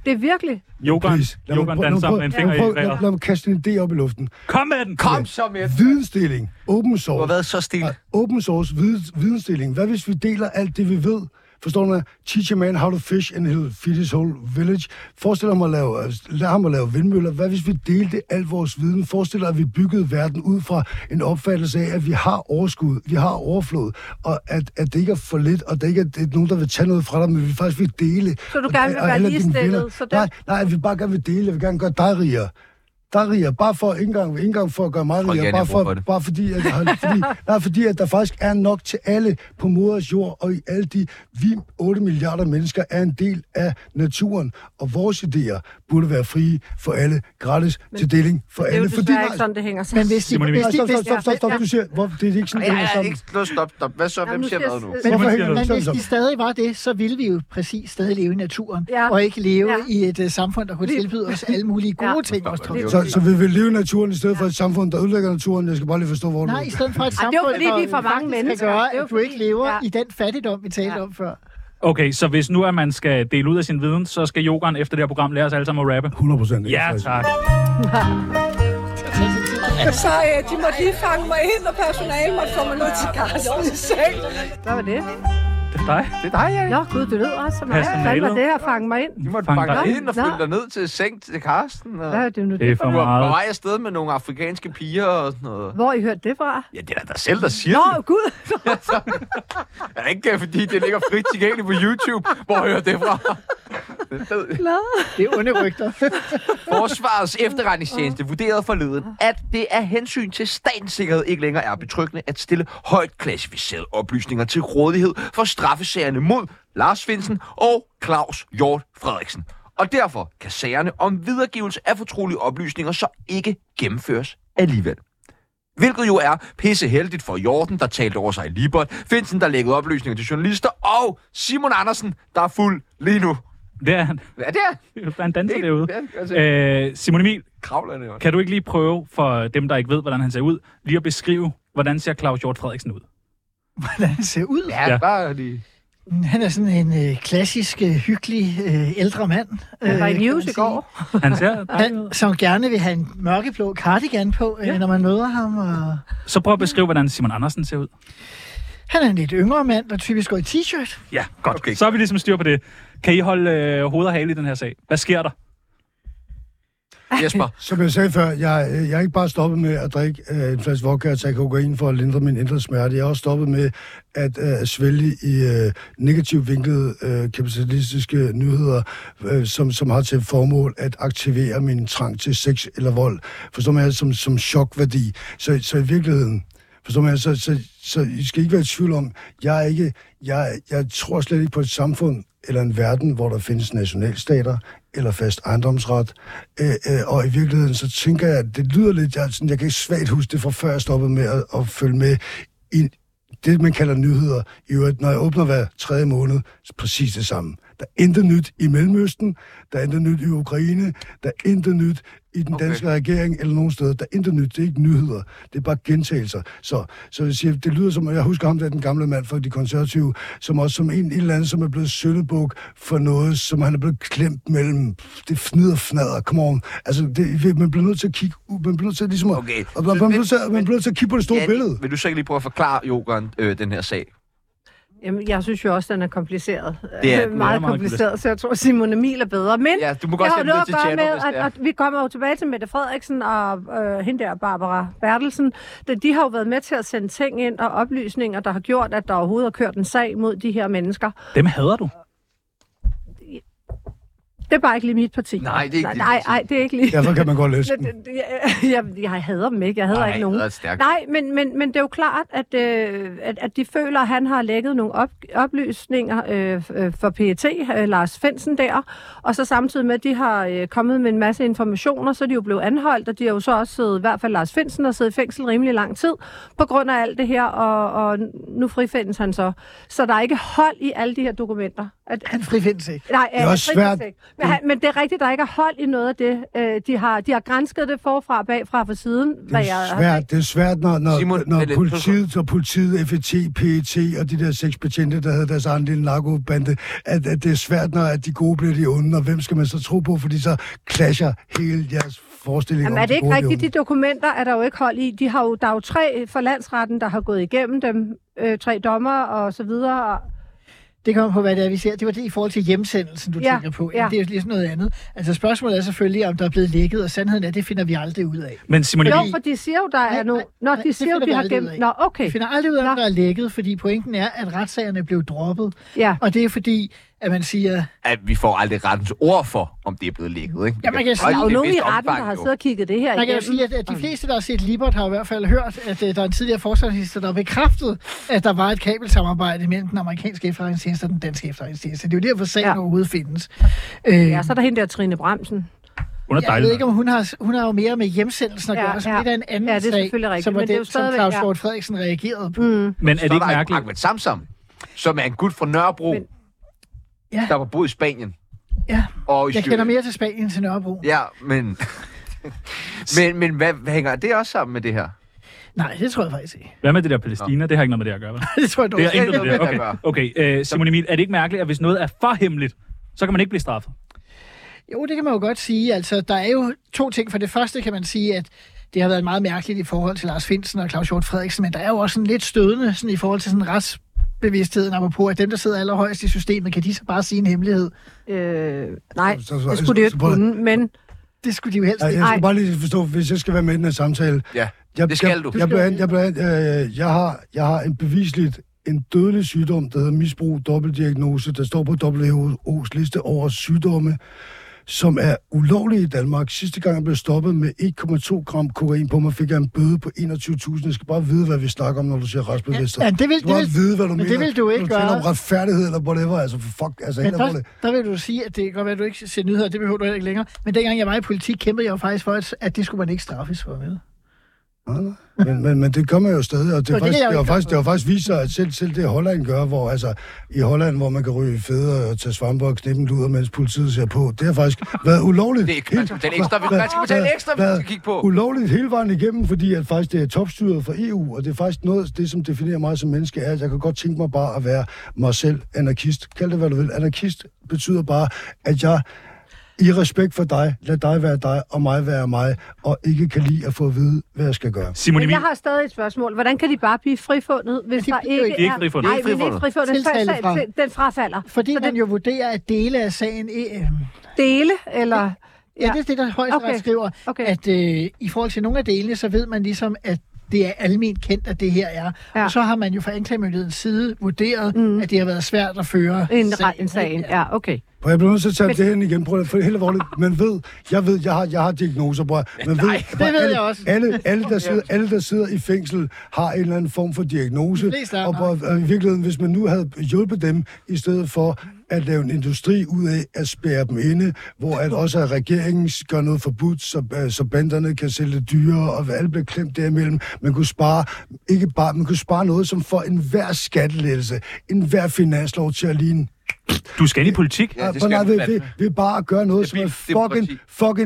E: Det er virkelig.
B: Jokeren,
D: Please, lad mig-
B: Jokeren
D: lad mig
B: danser
D: prøve-
B: med en
D: lad mig
B: finger i
D: prøve- lad-
B: vejret.
D: Lad mig kaste en idé op i luften.
B: Kom med den!
A: Kom så med.
D: Vidensdeling, open source.
A: Du har været så stille.
D: open source videns, vidensdeling. Hvad hvis vi deler alt det, vi ved? Forstår du mig? Teach a man how to fish in his, feed his whole village. Forestil ham at lave, øh, lad ham at lave vindmøller. Hvad hvis vi delte alt vores viden? Forestil dig, at vi byggede verden ud fra en opfattelse af, at vi har overskud, vi har overflod, og at, at det ikke er for lidt, og at det ikke er, det er nogen, der vil tage noget fra dig, men vi faktisk vil dele.
E: Så du
D: Og-
E: gerne vil
D: og
E: være
D: alle dine
E: ligestillet,
D: venner-
E: så det-
D: Nej, nej, vi bare gerne vil dele, jeg vil gerne gøre dig rigere. Dig rigere, bare for, ikke engang, ikke engang for at gøre mig
A: tror ikke,
D: rigere,
A: Jan, jeg
D: bare
A: har brug
D: for,
A: for det.
D: Bare fordi, at, fordi, nej, fordi at der faktisk er nok til alle på moders jord, og i alle de vi 8 milliarder mennesker er en del af naturen, og vores idéer burde være frie for alle, gratis men, til deling for
E: Det er jo
D: alle. Fordi,
E: desværre
D: nej,
E: ikke sådan, det hænger sammen.
C: Men hvis de,
B: Simon Emil.
C: hvis
D: nej,
C: de,
D: stop,
C: hvis
D: stop, stop, stop, stop, du siger, hvor, det er ikke sådan,
A: Nej, nej,
D: det hænger
A: nej,
D: sammen.
A: ikke, stop, stop, stop. Hvad så? Hvem
E: Jamen,
A: siger
E: nu skal
A: hvad nu?
E: jeg-
C: Men,
D: Hvorfor
C: Hvorfor men,
D: hænger det
C: men
D: sammen
C: hvis
D: som-
C: de stadig var det, så ville vi jo præcis stadig leve i naturen, ja.
E: Ja.
C: og ikke leve ja.
E: Ja.
C: i et uh, samfund, der kunne
E: Lige-
C: tilbyde os alle mulige gode ja.
E: Ja.
C: ting. Også, tror jeg.
A: Lige-
D: Så, så vi vil leve i naturen i stedet for et samfund, der ødelægger naturen. Jeg skal bare lige forstå, hvor du
C: Nej, i stedet for et
E: Ej, det er
C: samfund,
E: jo fordi,
C: der
E: vi er for mange
C: faktisk
E: mennesker.
C: kan
E: Det er
C: gøre,
E: jo
C: at du ikke
E: fordi-
C: lever
E: ja.
C: i den fattigdom, vi talte ja.
E: Ja.
C: om før.
B: Okay, så hvis nu, at man skal dele ud af sin viden, så skal Jokeren efter det her program lære os alle sammen at rappe.
D: 100 procent.
B: Ja, tak.
H: Så øh, de måtte lige fange mig ind, og personalet måtte komme ned til Carsten i seng.
E: Hvad var det?
B: Det er dig.
A: Det er dig, Janni.
E: Nå, gud, det lød også som mig.
B: Personalet.
E: Hvad var det her? Fang mig ind.
A: De måtte
B: Fang
A: banke
B: dig
A: dig
E: ind.
A: ind og
E: Nå.
A: følge dig ned til seng til Karsten. Og...
E: Hvad er det nu?
C: Øh.
B: Det er for
A: Du var på
B: meget.
A: vej afsted med nogle afrikanske piger og sådan noget.
E: Hvor har I hørte det fra?
A: Ja, det er da dig selv, der siger det.
E: Nå, gud!
C: Øh,
A: Er det ikke, øh, fordi det ligger frit tilgængeligt på YouTube? Hvor hører det fra? Den fed.
C: Det er onde rygter.
A: Forsvarets efterretningstjeneste vurderede forleden, at det af hensyn til statens sikkerhed ikke længere er betryggende at stille højt klassificerede oplysninger til rådighed for straffesagerne mod Lars Finsen og Claus Hjort Frederiksen. Og derfor kan sagerne om videregivelse af fortrolige oplysninger så ikke gennemføres alligevel. Hvilket jo er pisseheldigt for Jorten, der talte over sig i Libert, Finsen, der lægger oplysninger til journalister, og Simon Andersen, der er fuld lige nu.
B: Det er han.
A: Hvad er det her?
B: Han danser
A: Det-
B: derude.
A: ja, altså-
B: Øh, Simon Emil,
A: Kravler det, mand.
B: kan du ikke lige prøve, for dem, der ikke ved, hvordan han ser ud, lige at beskrive, hvordan ser Claus Hjort Frederiksen ud?
C: hvordan han ser ud.
A: Ja,
B: Ja.
A: bare lige.
C: Han er sådan en øh, klassisk, øh, hyggelig øh, ældre mand. Øh,
E: Jeg var i
C: kan man
E: news i
C: sige.
E: går.
B: Han ser dejlig ud.
C: Han, som gerne vil have en mørkeblå cardigan på, ja. øh, når man møder ham. Og
B: Så prøv at beskrive, hvordan Simon Andersen ser ud.
C: han er en lidt yngre mand, der typisk går i t-shirt.
B: Ja, godt.
A: Okay.
B: Okay. Så er vi ligesom styr på det. Kan I holde øh, hoved og hale i den her sag? Hvad sker der?
A: Jesper,
D: Som jeg sagde før, jeg, øh, jeg er ikke bare stoppet med at drikke øh, en flaske vodka og tage kokain for at lindre min indre smerte. Jeg er også stoppet med at øh, svælge i øh, negativt vinklede øh, kapitalistiske nyheder, øh, som, som har til formål at aktivere min trang til sex eller vold. Forstår man som, som chokværdi. Så, så i virkeligheden, Forstår man? Så, så, så I skal ikke være i tvivl om, jeg, er ikke, jeg, jeg tror slet ikke på et samfund eller en verden, hvor der findes nationalstater eller fast ejendomsret. Øh, øh, og i virkeligheden, så tænker jeg, at det lyder lidt, jeg, er sådan, jeg kan ikke svagt huske det fra før jeg stoppede med at, at følge med i det, man kalder nyheder. I øvrigt, når jeg åbner hver tredje måned, så præcis det samme. Der er intet nyt i Mellemøsten, der er intet nyt i Ukraine, der er intet nyt i
A: Okay.
D: den okay. danske regering eller nogen steder. Der er intet nyt, det er ikke nyheder, det er bare gentagelser. Så, så jeg siger, det lyder som, og jeg husker ham der, den gamle mand fra de konservative, som også som en, en eller anden, som er blevet søllebuk for noget, som han er blevet klemt mellem, det fnider fnader, come on. Altså, det, man bliver nødt til at kigge, ud, man bliver nødt til ligesom at,
A: Okay.
D: og man,
A: Så det-
D: man, bliver nødt til, at- man bliver nødt til at kigge på det store
A: Jan,
D: billede.
A: vil du så ikke lige prøve at forklare Jokeren øh, den her sag?
E: Jamen, jeg synes jo også, den er kompliceret.
A: Det er den.
E: Øh,
A: Den er
E: meget
B: meget
E: kompliceret, så jeg tror, Simon Emil er bedre. Men
A: Ja, du må godt
E: jeg har
A: sende
E: noget
A: det
E: at
A: til
E: gøre
A: Tjerno,
E: med,
A: hvis det
E: at,
A: er.
E: at vi kommer jo tilbage til Mette Frederiksen og øh, hende der, Barbara Bertelsen. De- De har jo været med til at sende ting ind og oplysninger, der har gjort, at der overhovedet har kørt en sag mod de her mennesker.
B: Dem hader du.
E: Det er bare ikke lige mit parti.
A: Nej, det er ikke dit
E: nej,
A: parti.
E: nej, det er ikke lige.
D: Derfor kan man godt læse den.
E: Jeg, jeg, jeg, jeg hader dem ikke. Jeg hader
A: Nej,
E: ikke nogen.
A: det er stærkt.
E: Nej, men, men, men det er jo klart, at, øh, at, at de føler, at han har lægget nogle op, oplysninger øh, øh, for PET, øh, Lars Fensen der, og så samtidig med, at de har øh, kommet med en masse informationer, så er de jo blevet anholdt, og de har jo så også siddet, i hvert fald Lars Fensen, og siddet i fængsel rimelig lang tid på grund af alt det her, og, og nu frifindes han så. Så der er ikke hold i alle de her dokumenter. At,
C: Han frifindes ikke.
E: Nej, det
D: er også svært.
E: Men, han, men det er rigtigt, der ikke er hold i noget af det. Øh, de, har, de har grænsket det forfra og bagfra for siden.
D: Det er svært, det er svært når, når,
A: Simon,
D: Simon, når
A: vent lidt,
D: politiet, så politiet, E FET, PET og de der seks betjente, der havde deres egen lille narkobande, at, at det er svært, når at de gode bliver de onde, og hvem skal man så tro på, fordi så clasher hele jeres forestilling
E: Jamen,
D: om
E: er det
D: de
E: ikke
D: gode og
E: rigtigt?
D: de
E: De dokumenter er der jo ikke hold i. De har jo, der er jo tre fra landsretten, der har gået igennem dem. Øh, tre dommer og så videre. Og,
C: Det kommer på, hvad det er, vi ser. Det var det i forhold til hjemsendelsen, du
E: Ja,
C: ja, tænker på. Ja.
E: ja.
C: Det er jo lige sådan noget andet. Altså spørgsmålet er selvfølgelig, om der er blevet lækket, og sandheden er, det finder vi aldrig ud af.
B: Men Simon
E: jo,
B: Emil,
E: for de siger jo, der er
C: Nej,
E: nogle...
C: nej,
E: Nå,
C: nej,
E: de
C: det
E: siger jo,
C: finder
E: de
C: vi
E: har
C: aldrig ud
E: gennem...
C: af.
E: Nå, okay.
C: Vi finder aldrig ud af, om
E: Nå.
C: der er lækket, fordi pointen er, at retssagerne blev droppet.
E: Ja.
C: Og det er fordi, at man siger,
A: At vi får aldrig rettens ord for, om det er blevet lækket, ikke?
C: Ja, man kan sige,
E: Der er jo
A: Hold
E: nogen
A: det
E: i
A: vist
E: retten,
A: omfang,
E: der har
A: jo.
E: siddet og kigget det her
C: Man kan jo sige,
E: igennem.
C: at, at de fleste, der har set Libert, har i hvert fald hørt, at øh, der er en tidligere forsvarsminister, der har bekræftet, at der var et kabelsamarbejde mellem den amerikanske efterretningstjeneste og den danske efterretningstjeneste. Det er jo derfor, sagen
E: Ja.
C: ja. overhovedet findes. Øh,
E: Ja, så er der hende der, Trine Bremsen.
B: hun er
C: jeg ved
B: dejlig.
C: ikke, om hun har, hun har jo mere med hjemsendelsen at
E: Ja,
C: gøre, ja, som
E: ja.
C: lidt af en anden
E: Ja, det er
C: sag,
E: selvfølgelig rigtigt,
C: som var
E: men det er jo
C: den, som
E: stadigvæk-
C: Claus
E: ja.
C: Hjort Frederiksen reagerede på.
E: Mm.
B: Men er
A: Så
B: det ikke
A: der
B: mærkeligt?
A: Ahmed Samsam, som er en gut fra Nørrebro,
E: Men-
C: Ja.
A: der var boet i Spanien.
C: Ja.
A: Og i
C: Jeg
A: Syrien.
C: kender mere til Spanien end til Nørrebro. Ja.
A: Ja, men... men men hvad, hvad hænger det også sammen med det her?
C: Nej, det tror jeg faktisk ikke.
B: Hvad med det der Palæstina? Det har ikke noget med det at gøre, vel?
C: Det tror jeg dog.
B: Det har
C: ikke.
B: intet med det.
A: noget med det at
B: Okay, okay. Øh, Simon Emil, er det ikke mærkeligt, at hvis noget er for hemmeligt, så kan man ikke blive straffet?
C: Jo, det kan man jo godt sige. Altså, der er jo to ting. For det første kan man sige, at det har været meget mærkeligt i forhold til Lars Finsen og Claus Hjort Frederiksen, men der er jo også sådan lidt stødende sådan i forhold til sådan retsbevidstheden, apropos, at dem, der sidder allerhøjest i systemet, kan de så bare sige en hemmelighed?
E: Øh, nej,
D: Så- så-
E: det skulle det
D: så-
E: jo ikke
D: så-
E: kunne, men...
C: Det skulle de jo helst
D: Nej,
C: ikke.
D: jeg
E: Ej.
D: skal bare lige forstå, hvis jeg skal være med i den her samtale.
A: Ja,
D: jeg,
A: det skal
D: jeg,
A: du.
D: Jeg, jeg, jeg, jeg, øh, jeg, har, jeg har en bevisligt en dødelig sygdom, der hedder misbrug dobbeltdiagnose, der står på WHO's liste over sygdomme, som er ulovlige i Danmark. Sidste gang jeg blev stoppet med 1,2 gram kokain på mig, fik jeg en bøde på 21.000. Jeg skal bare vide, hvad vi snakker om, når du siger retsbevidsthed.
C: Ja, det vil-
D: du skal
C: det
D: bare
C: vil-
D: vide, hvad du
C: men det
D: mener.
C: vil du ikke
D: når du taler
C: gøre.
D: om retfærdighed eller whatever, altså for fuck, altså
C: Men
D: helt
C: der,
D: alvorligt.
C: der vil du sige, at det kan godt være, at du ikke ser nyheder, det behøver du heller ikke længere. Men dengang jeg var i politik, kæmpede jeg jo faktisk for, at- at det skulle man ikke straffes for. Vel?
D: Men, men, men det gør man jo stadig, og det,
C: Nå,
D: er
C: det
D: faktisk,
C: kan jeg
D: det,
C: jo
D: det,
C: ikke
D: var faktisk,
C: gøre
D: det var faktisk viser, at selv, selv det Holland gør, hvor altså i Holland, hvor man kan ryge fædre og tage svampe og knippe en luder, mens politiet ser på, det har faktisk været ulovligt.
A: Det er ikke- man skal betale ekstra, hvis- man skal betale ekstra, hvis man skal kigge på.
D: Ulovligt hele vejen igennem, fordi at faktisk det er topstyret fra EU, og det er faktisk noget, af det som definerer mig som menneske, er, at jeg kan godt tænke mig bare at være mig selv anarkist. Kald det, hvad du vil. Anarkist betyder bare, at jeg i respekt for dig, lad dig være dig, og mig være mig, og ikke kan lide at få at vide, hvad jeg skal gøre.
B: Simon
E: Men
B: Emil,
E: jeg har stadig et spørgsmål. Hvordan kan de bare blive frifundet, hvis
C: de
E: der
C: bliver jo
E: ikke,
C: ikke-
B: De er ikke
E: er...
B: frifundet.
E: Nej, de er ikke frifundet. Så, så,
C: Tiltalefra.
E: så, den frafalder.
C: Fordi
E: så
C: man
E: den
C: jo vurderer, at dele af sagen... Øh,
E: dele, eller...
C: Ja, det er det, der højesteret okay.
E: Okay.
C: skriver, okay.
E: Okay.
C: at øh, i forhold til nogle af delene, så ved man ligesom, at det er almen kendt, at det her er. Ja.
E: Ja.
C: Og så har man jo fra anklagemyndighedens side vurderet, mm. at det har været svært at føre
E: En,
C: sagen.
E: re- en sagen. Ja, okay.
D: Prøv, jeg bliver nødt til at tage det hen igen, prøv, at- for helt alvorligt. Man ved, jeg ved, jeg har, jeg har diagnoser, bror. Man ved, Nej,
C: det ved jeg også.
D: Alle, alle, der sidder, alle, der sidder i fængsel, har en eller anden form for diagnose.
C: De fleste har
D: og, bror, og i virkeligheden, hvis man nu havde hjulpet dem, i stedet for at lave en industri ud af at spære dem inde, hvor at også at regeringen gør noget forbudt, så, øh, så banderne kan sælge det dyrere, og alle bliver klemt derimellem. Man kunne spare, ikke bare, man kunne spare noget, som for enhver skattelettelse, enhver finanslov til at ligne
B: du skal ind i politik.
A: Ja,
D: Ja,
A: det
D: det
A: skal
D: Ah, nej,
A: vi
D: ved,
A: fandme.
D: ved, ved bare at gøre noget,
A: Det
D: som er
A: bliver
D: fucking,
A: demokrati.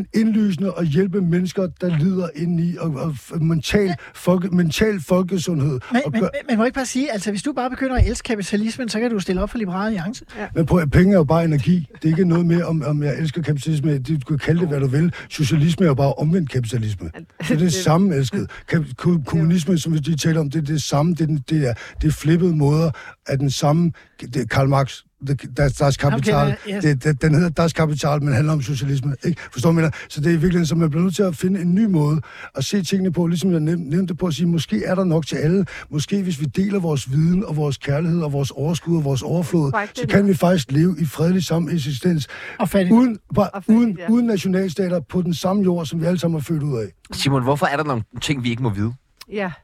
D: fucking indlysende og hjælpe mennesker, der lider indeni, og, og f- mental, folke, mental folkesundhed.
C: Men,
D: og
C: men,
D: gør,
C: men man må ikke bare sige, altså hvis du bare begynder at elske kapitalismen, så kan du stille op for Liberale Alliance. Ja.
D: men prøv, at- penge er jo bare energi. Det er ikke noget med, om, om jeg elsker kapitalisme. Du kan kalde det, hvad du vil. Socialisme er jo bare omvendt kapitalisme. Det er det samme, elsket. Kap- ko- Kommunisme, som vi lige taler om, det er det samme. Det er, den- det er, det er flippede måder af den samme... Det er Karl Marx, det- der, deres kapital.
C: det er- yes.
D: Det, det, den hedder Das Kapital, men handler om socialisme. Ikke? Forstår du, hvad jeg mener? Så det er i virkeligheden, så man bliver nødt til at finde en ny måde at se tingene på, ligesom jeg næv- nævnte på at sige, måske er der nok til alle. Måske hvis vi deler vores viden og vores kærlighed og vores overskud og vores overflod,
E: Korrekt, det
D: så
E: er
D: kan vi faktisk leve i fredelig sameksistens
C: Og fattigdom.
D: uden, bare,
E: Og fattigt,
D: uden,
E: ja.
D: uden nationalstater på den samme jord, som vi alle sammen er født ud af.
A: Simon, hvorfor er der nogle ting, vi ikke må vide?
E: Ja.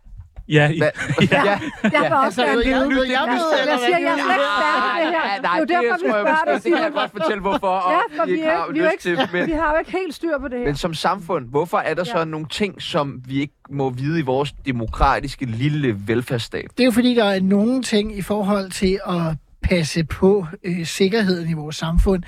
B: Ja, i,
A: Hvad? Ja.
E: Jeg vil
C: Altså,
E: også gerne
C: jeg, jeg,
E: vide.
C: jeg, jeg,
E: Jeg,
C: ved,
E: jeg
C: eller hvad?
E: siger, jeg er slet ikke færdig med det her.
A: Ja,
E: Det er jo derfor, vi
A: tror jeg måske,
E: spørger
A: Det
E: dig,
A: kan jeg
E: Simon.
A: godt fortælle, hvorfor. Og
E: Ja, for vi,
A: ikke
E: er,
A: har
E: vi, er jo
A: lyst til,
E: ikke,
A: men,
E: vi har jo ikke helt styr på det her.
A: men som samfund, hvorfor er der så
E: Ja.
A: nogle ting, som vi ikke må vide i vores demokratiske lille velfærdsstat?
C: Det er jo fordi, der er nogle ting i forhold til at passe på øh, sikkerheden i vores samfund,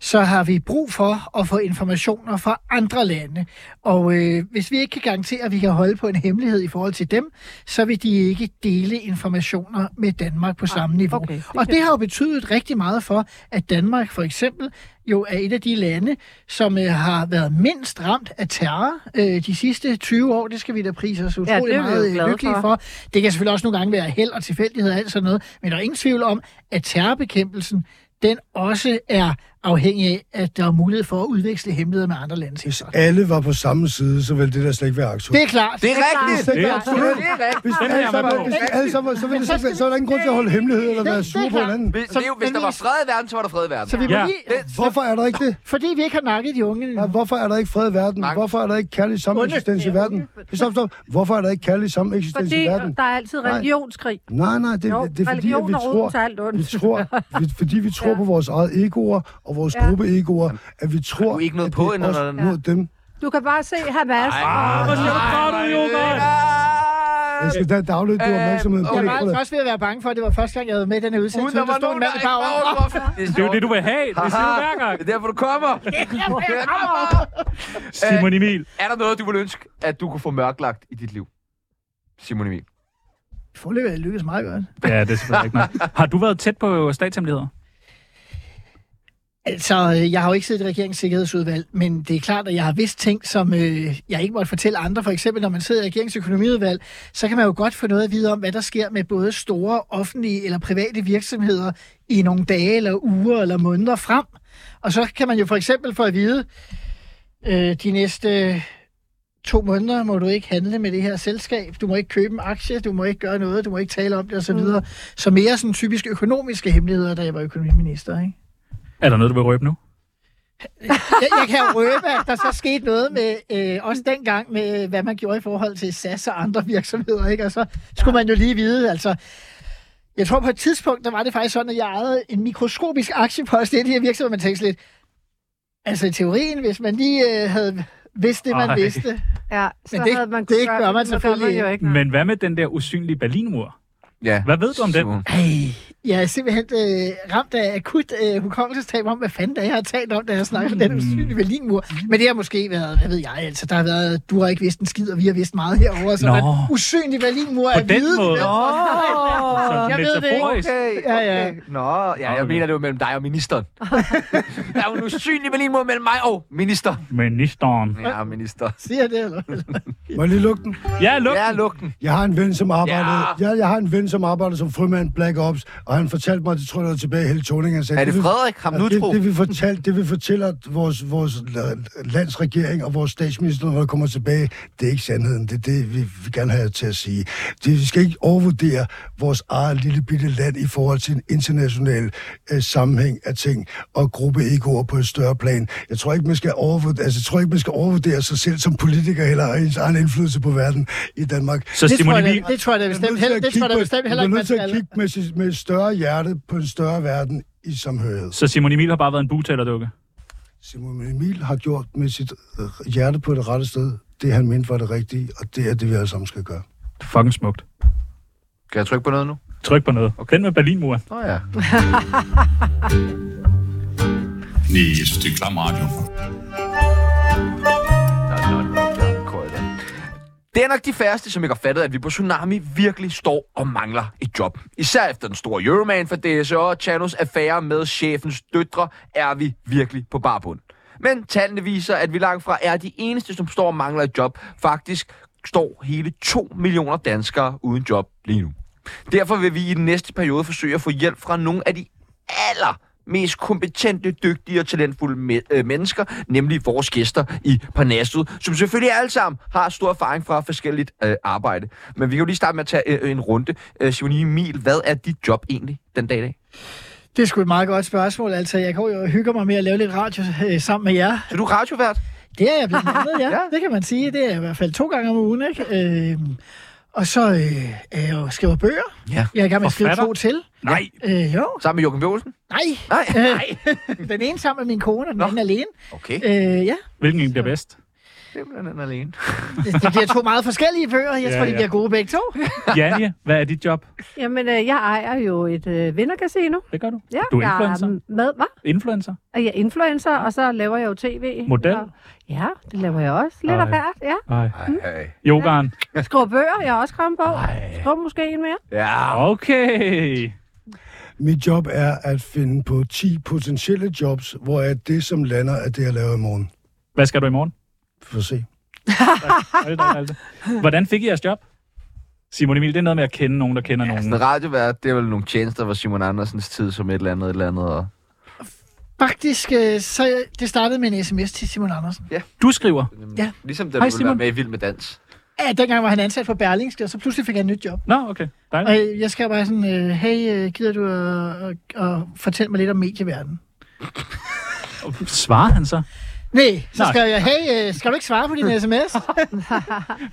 C: så har vi brug for at få informationer fra andre lande. Og øh, hvis vi ikke kan garantere, at vi kan holde på en hemmelighed i forhold til dem, så vil de ikke dele informationer med Danmark på samme niveau.
E: okay, det
C: og
E: kan-
C: det har jo betydet rigtig meget for, at Danmark for eksempel jo er et af de lande, som øh, har været mindst ramt af terror øh, de sidste 20 år. Det skal vi da prise os
E: Ja,
C: utrolig
E: det er vi jo
C: meget øh,
E: glade
C: lykkelige
E: for.
C: for. Det kan selvfølgelig også nogle gange være held og tilfældighed og alt sådan noget, men der er ingen tvivl om, at terrorbekæmpelsen, den også er afhængig af, at der er mulighed for at udveksle hemmeligheder med andre lande.
D: Hvis alle var på samme side, så ville det der slet ikke være aktuelt.
C: Det er klart.
A: Det er rigtigt!
D: slet ikke
B: Det er
D: aktuelt.
A: Det er rigtigt!
D: Hvis
B: Den er
D: alle
B: jeg
D: sammen,
B: med på.
D: hvis alle sammen, så, ville det, så, så er der ingen grund til at holde hemmelighed eller være
C: Det- det
D: sur
C: er
D: på
C: klart.
D: hinanden.
A: Hvis,
C: Så-
A: det er jo, hvis
C: men
A: der var
C: vi-
A: fred i verden, så var der fred i verden.
C: Så vi må
B: Ja.
C: lige,
D: Hvorfor er der ikke det?
C: fordi vi ikke har nakket de unge
D: Nej,
C: endnu.
D: hvorfor er der ikke fred i verden?
A: Nej.
D: Hvorfor er der ikke kærlig sameksistens i verden? Stop, stop. Hvorfor er der ikke kærlig sameksistens
E: Fordi
D: i verden?
E: der er altid
D: Nej.
E: religionskrig.
D: Nej, nej, det, det
E: Jo,
D: er fordi, at
E: religion
D: vi
E: er roden til
D: tror,
E: alt ondt.
D: vi tror, vi, fordi vi tror
E: Ja.
D: på vores eget egoer og vores
E: Ja.
D: gruppeegoer, at vi tror,
A: du ikke noget
D: at
A: på
D: det
A: endnu,
D: er os
A: eller hvad?
D: mod dem.
E: Du kan bare se Hamas.
B: hvor siger du fra, du Joker?
D: Jeg skal da dagligt,
E: Øh,
D: du har opmærksomheden på
C: Jeg
D: det.
C: var altså også ved at være bange for, at det var første gang, jeg havde med i denne
A: Uden
C: udsendelse.
A: der
C: uden
A: var
C: stod en
A: nogen, der
C: mand i
A: ikke
C: bar
A: var
C: overkrop.
B: det er jo det, du vil have. Det siger du hver gang.
A: Det er derfor, du kommer.
B: Simon Emil.
A: er der noget, du vil ønske, at du kunne få mørklagt i dit liv? Simon Emil.
C: Forløbet lykkedes meget godt.
B: Ja, det er selvfølgelig ikke noget. Har du været tæt på statshemmeligheder?
C: Altså, øh, jeg har jo ikke siddet i regeringens sikkerhedsudvalg, men det er klart, at jeg har vidst ting, som øh, jeg ikke måtte fortælle andre. For eksempel, når man sidder i regeringens økonomiudvalg, så kan man jo godt få noget at vide om, hvad der sker med både store offentlige eller private virksomheder i nogle dage eller uger eller måneder frem. Og så kan man jo for eksempel få at vide, øh, de næste to måneder må du ikke handle med det her selskab, du må ikke købe en aktie, du må ikke gøre noget, du må ikke tale om det osv. Så, mm. så mere sådan typisk økonomiske hemmeligheder, da jeg var økonomiminister, ikke?
B: Er der noget, du vil røbe nu?
C: Jeg, jeg kan jo røbe, at der så skete noget med, øh, også dengang, med hvad man gjorde i forhold til SAS og andre virksomheder, ikke? Og så skulle man jo lige vide, altså... Jeg tror på et tidspunkt, der var det faktisk sådan, at jeg ejede en mikroskopisk aktiepost i det her virksomhed, man tænkte sådan lidt, altså i teorien, hvis man lige øh, havde vidst det, man
B: Ej.
C: Ej. vidste.
E: Ja, så
C: det-
E: havde man
C: det
E: kunnet
C: gør
E: gøre
C: man
E: men det
C: selvfølgelig
E: jo ikke.
B: Men hvad med den der usynlige Berlinmur?
A: Ja.
B: Hvad ved du om den?
A: Simon.
C: Ej, jeg er simpelthen øh, ramt af akut øh, hukommelsestab om, hvad fanden det er, jeg har talt om, da jeg snakkede om den usynlige Berlinmur. Men det har måske været, hvad ved jeg, altså der har været, du har ikke vidst en skid, og vi har vidst meget herovre, så
B: Nå.
C: den usynlige Berlinmur
B: På
C: er
B: den
C: viden.
B: måde.
C: Nå.
B: Så
C: Jeg ved det ikke.
B: metaforisk.
A: Okay,
C: Ja, ja.
A: okay. Nå, ja, jeg
B: Okay.
A: mener, det var mellem dig og ministeren. der er jo en usynlig Berlinmur mellem mig og minister.
B: Ministeren.
A: Ja, minister.
C: Siger det, eller? hvad?
D: Må jeg lige lukke den?
B: Ja, luk.
A: Ja, luk den.
D: Jeg har en ven, som arbejder,
A: Ja.
D: ja. jeg, jeg har en ven, som arbejder som frømand Black Ops, og han fortalte mig, det tror jeg, der var tilbage i hele Toning. Han sagde,
A: Er det
D: vi-
A: Frederik? Ham nu,
D: det,
A: tro.
D: det, vi fortalte, det vi fortæller vores, vores la- landsregering og vores statsminister, når der kommer tilbage, det er ikke sandheden. Det er det, vi vil gerne have jer til at sige. Det, vi skal ikke overvurdere vores eget lille bitte land i forhold til en international øh, sammenhæng af ting og gruppeegoer på et større plan. Jeg tror ikke, man skal overvurdere, altså, jeg tror ikke, man skal overvurdere sig selv som politiker eller ens egen indflydelse på verden i Danmark.
B: Så
C: Det
B: Simon
C: tror jeg,
B: Emil,
C: da- det tror jeg da bestemt heller, det tror jeg da bestemt heller ikke,
D: man
C: man
D: skal. Man er
C: skal.
D: nødt til at kigge med, sit- med et større hjerte på en større verden i samhørighed.
B: så Simon Emil har bare været en butalerdukke.
D: Simon Emil har gjort med sit øh, hjerte på det rette sted, det han mente var det rigtige, og det er det, vi alle sammen skal gøre.
B: Fucking smukt.
A: Kan jeg trykke på noget nu?
B: Tryk på noget. Den med Berlinmuren.
A: Nå ja.
I: Nej, jeg synes, det er klam radio.
A: Nå, nå, nå, nå, Kåre, da. Det er nok de færreste, som ikke har fattet, at vi på Tsunami virkelig står og mangler et job. Især efter den store Euroman for DSO og Chanos affære med chefens døtre, er vi virkelig på barbund. Men tallene viser, at vi langt fra er de eneste, som står og mangler et job. Faktisk står hele 2 millioner danskere uden job lige nu. Derfor vil vi i den næste periode forsøge at få hjælp fra nogle af de aller mest kompetente, dygtige og talentfulde me- øh, mennesker, nemlig vores gæster i Parnasset, som selvfølgelig alle sammen har stor erfaring fra forskelligt øh, arbejde. Men vi kan jo lige starte med at tage øh, en runde. Øh, Simon Emil, hvad er dit job egentlig den dag i dag?
C: Det er sgu et meget godt spørgsmål. Altså, jeg går jo og hygger mig med at lave lidt radio øh, sammen med jer.
A: Så du er radiovært?
C: Det er jeg blandt andet, ja.
A: Ja.
C: ja. Det kan man sige. Det er jeg i hvert fald to gange om ugen, ikke? Øhm, og så øh, er jeg jo skriver bøger.
A: Ja.
C: Jeg er i gang med at skrive
B: Forfatter?
C: to til.
B: Nej.
C: Øh, jo.
A: Sammen med Joachim B. Olsen?
C: Nej.
A: Nej.
C: Nej. den ene sammen med min kone, og den
A: Nå.
C: anden alene.
A: Okay,
C: Øh, ja,
B: Hvilken en bliver bedst?
A: simpelthen alene.
C: det, det bliver to meget forskellige bøger. Jeg
B: Ja,
C: ja, tror, de
B: ja.
C: bliver gode begge to.
B: Janja, hvad er dit job?
E: Jamen, øh, jeg ejer jo et øh, vindercasino.
B: Hvad gør du?
E: Ja,
B: Du er
E: jeg
B: influencer.
E: m- med, hvad?
B: Influencer?
E: Og Jeg er influencer, og så laver jeg jo tv.
B: Model?
E: Og, ja, det laver jeg også. Lidt
B: Ej.
E: af hvert, ja.
B: Nej.
A: Ej.
B: Yogaen?
E: Skriver bøger, jeg har også kommet på. Skriver måske en mere.
A: Ja,
B: Okay.
D: Mit job er at finde på 10 potentielle jobs, hvor er det, som lander, er det, jeg laver i morgen.
B: Hvad skal du i morgen?
D: For at se.
B: Hold da, altså. Hvordan fik I jeres job? Simon Emil, det er noget med at kende nogen, der kender
A: sådan
B: nogen.
A: en radiovært, det er vel nogle tjenester fra Simon Andersens tid som et eller andet, et eller andet. Og...
C: Faktisk, øh, så det startede med en sms til Simon Andersen.
B: Du skriver.
C: Ja.
A: Ligesom da du
B: Hej,
A: ville være
B: Simon.
A: med i Vild med Dans.
C: Ja, dengang var han ansat på Berlingske, og så pludselig fik han et nyt job.
B: Nå, okay. Dejligt.
C: Og jeg skrev bare sådan, øh, hey, øh, gider du at, at, at fortælle mig lidt om medieverdenen?
B: Svarer han så?
C: Nej, så
B: Nej.
C: skrev jeg, hey, øh, skal du ikke svare på din sms?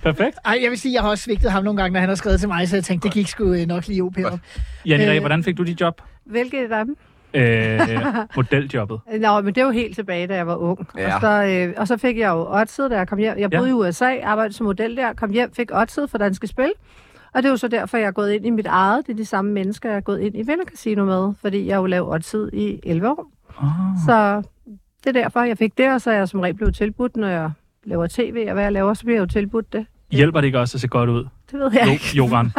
B: Perfekt.
C: Ej, jeg vil sige, jeg har også svigtet ham nogle gange, når han har skrevet til mig, så jeg tænkte, det gik sgu øh, nok lige op herop.
B: Janne, Ræ,
C: Øh.
B: hvordan fik du dit job?
E: Hvilket af dem?
B: Øh, modeljobbet.
E: Nå, men det er jo helt tilbage, da jeg var ung.
A: Ja.
E: Og, så, øh, og så fik jeg jo oddset, da jeg kom hjem. Jeg
B: Ja.
E: boede i USA, arbejdede som model der, kom hjem, fik oddset for Danske Spil. Og det er jo så derfor, jeg er gået ind i mit eget. Det er de samme mennesker, jeg er gået ind i Vindercasino med, fordi jeg jo lavede oddset i 11 år.
B: Oh.
E: Så det er derfor, jeg fik det, og så er jeg som regel blevet tilbudt, når jeg laver tv, og hvad jeg laver, så bliver jeg jo tilbudt det.
B: Hjælper det ikke også at se godt ud?
E: Det ved jeg
B: Jo,
E: ikke.
B: yogaen.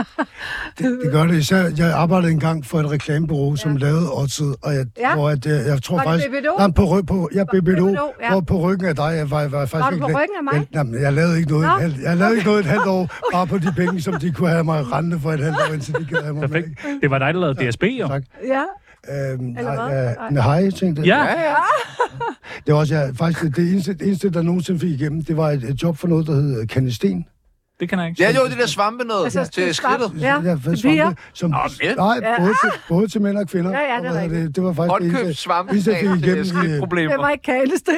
D: Det gør det især. Jeg arbejdede engang for et reklamebureau, som lavede oddset, og jeg,
E: Ja.
D: ja. hvor at, jeg, jeg tror
E: Var det
D: faktisk...
E: BBDO?
D: Nej, på, ryg, på, ja, BBDO,
E: BBDO, ja.
D: hvor på ryggen af dig, jeg var, jeg var faktisk
E: Var du
D: ikke...
E: på
D: la-
E: ryggen af mig?
D: Jeg, jamen, jeg lavede ikke noget,
E: Nå.
D: et halvt, jeg lavede ikke noget et halvt år, bare på de penge, som de kunne have mig rendende for et halvt år, indtil de gav mig med.
B: Perfekt. Det var dig, der lavede DSB, jo.
D: Tak.
E: Ja.
D: Øhm, nej,
E: hvad?
D: ja, nej, hej, tænkte jeg.
B: Ja,
D: Det var også, jeg, faktisk det eneste, det eneste, der nogensinde fik igennem, det var et, et job for noget, der hed øh, Kandesten.
B: Det kan jeg ikke.
A: Ja, jo, det der svampe noget altså, til skridtet.
E: Ja,
D: Jeg
E: til
D: svampe,
E: piger.
D: Som,
A: Nå, ja.
D: nej,
E: Ja.
D: både, til, både til mænd og kvinder.
E: Ja, ja, det er
D: Og hvad hedder
E: rigtigt.
D: det, det var faktisk det
A: Håndkøb
D: eneste-
A: svampe
D: eneste, jeg fik
A: til
D: igennem i øh,
E: Det var
A: skridtproblemer.
E: ikke kælesten.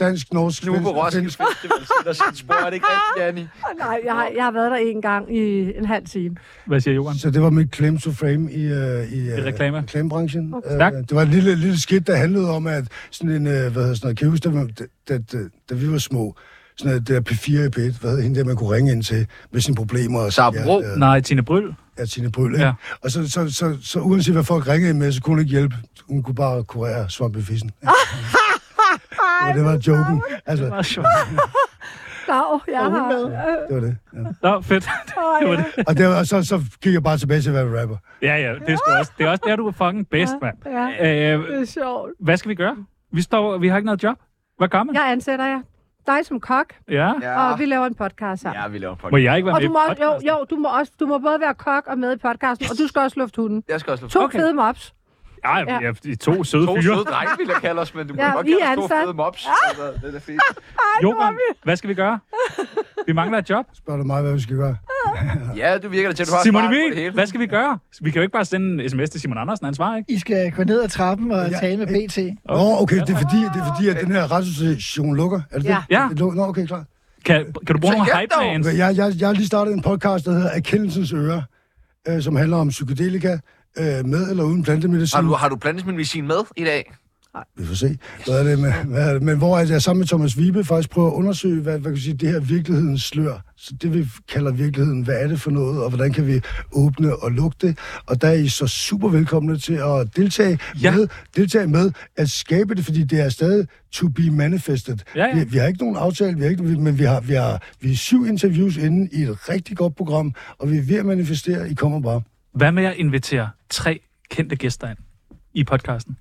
D: dansk, norsk,
A: Nu på Roskilde
D: finsk.
A: Festival sætter sit spor, er det ikke rigtigt, Annie?
E: Nej, jeg har, jeg har været der en gang i en halv time.
B: Hvad siger Johan?
D: Så det var mit claim to frame i, øh, i, øh,
B: reklamer.
D: reklamebranchen. Okay.
B: Stærkt.
D: det var et lille, lille skidt, der handlede om, at sådan en, øh, hvad hedder sådan noget, kan I huske, da, man- da, da, da, da vi var små, sådan noget, det der P4 i P1, hvad hed hende der, man kunne ringe ind til med sine problemer. Og sige,
A: Sabro.
D: ja,
B: Nej, Tine Bryl.
D: af sine bryl,
B: Ja.
D: ja. Og så, så, så, så, uanset hvad folk ringede ind med, så kunne hun ikke hjælpe. Hun kunne bare kurere svampefissen. Ja, det var joken. Altså,
B: Meget sjovt.
E: Dag, jeg har...
D: det var det. Ja.
B: Nå, fedt. Det var det.
D: Og, det var, og så, så gik jeg bare tilbage til at være rapper.
B: Ja, ja, det er sgu også. Det er også der, du er fucking bedst, mand.
E: Ja, det
B: Øh,
E: er sjovt.
B: hvad skal vi gøre? Vi står, vi har ikke noget job. Hvad gør man?
E: Jeg ansætter jer. Dig som kok,
B: Ja.
A: Ja,
E: og vi laver en podcast sammen.
A: ja vi laver
B: Må
A: podcast.
B: jeg ikke være
E: Og
B: med
E: du må,
B: i
E: også, jo,
B: podcasten?
E: jo, du må, også, du må både være kok og med i podcasten, og du skal også lufte hunden.
A: Jeg skal også
E: To
B: Okay.
E: okay. fede mops.
B: Ja, ja, ja, de to søde
A: To
B: fyre.
A: søde drenge, vil jeg kalde os, men du må
E: Ja,
A: godt
E: vi er
A: kalde os to
E: ansat.
A: fede mops.
D: Ah.
A: Altså, Det er da fint.
B: Johan, hvad skal vi gøre? Vi mangler et job.
D: Spørger du mig, hvad vi skal gøre?
A: Ja, du virker da til, at du har
B: Simon
A: svaret på det
B: Emil,
A: hele.
B: hvad skal vi gøre? Vi kan jo ikke bare sende en sms til Simon Andersen, han svarer ikke.
C: I skal gå ned ad trappen og
D: Ja.
C: tale med BT.
D: Nå, okay, det er fordi, det er fordi at den her radiostation lukker. Er det
E: Ja.
D: det?
B: Ja.
D: Det luk- Nå, okay, klar.
B: Kan, kan du bruge
A: Så
B: nogle
A: hjælp
B: hype
A: dog.
B: bands?
D: Jeg, jeg, jeg har lige startet en podcast, der hedder Erkendelsens Øre, øh, som handler om psykedelika, øh, med eller uden plantemedicin.
A: Har du, har du blandet min medicin med i dag?
D: Vi får se. Hvad er det med, hvad er det? Men hvor er det, jeg sammen med Thomas Vibe faktisk prøver at undersøge, hvad, hvad kan vi sige, det her virkelighedens slør. Så det vi kalder virkeligheden, hvad er det for noget, og hvordan kan vi åbne og lukke det? Og der er I så super velkomne til at deltage,
B: Ja.
D: ja. med, deltage med at skabe det, fordi det er stadig to be manifested.
B: Ja, ja.
D: Vi, vi, har ikke nogen aftale, vi har ikke, men vi har, vi har vi er syv interviews inde i et rigtig godt program, og vi er ved at manifestere, I kommer bare.
B: Hvad med at invitere tre kendte gæster ind i podcasten?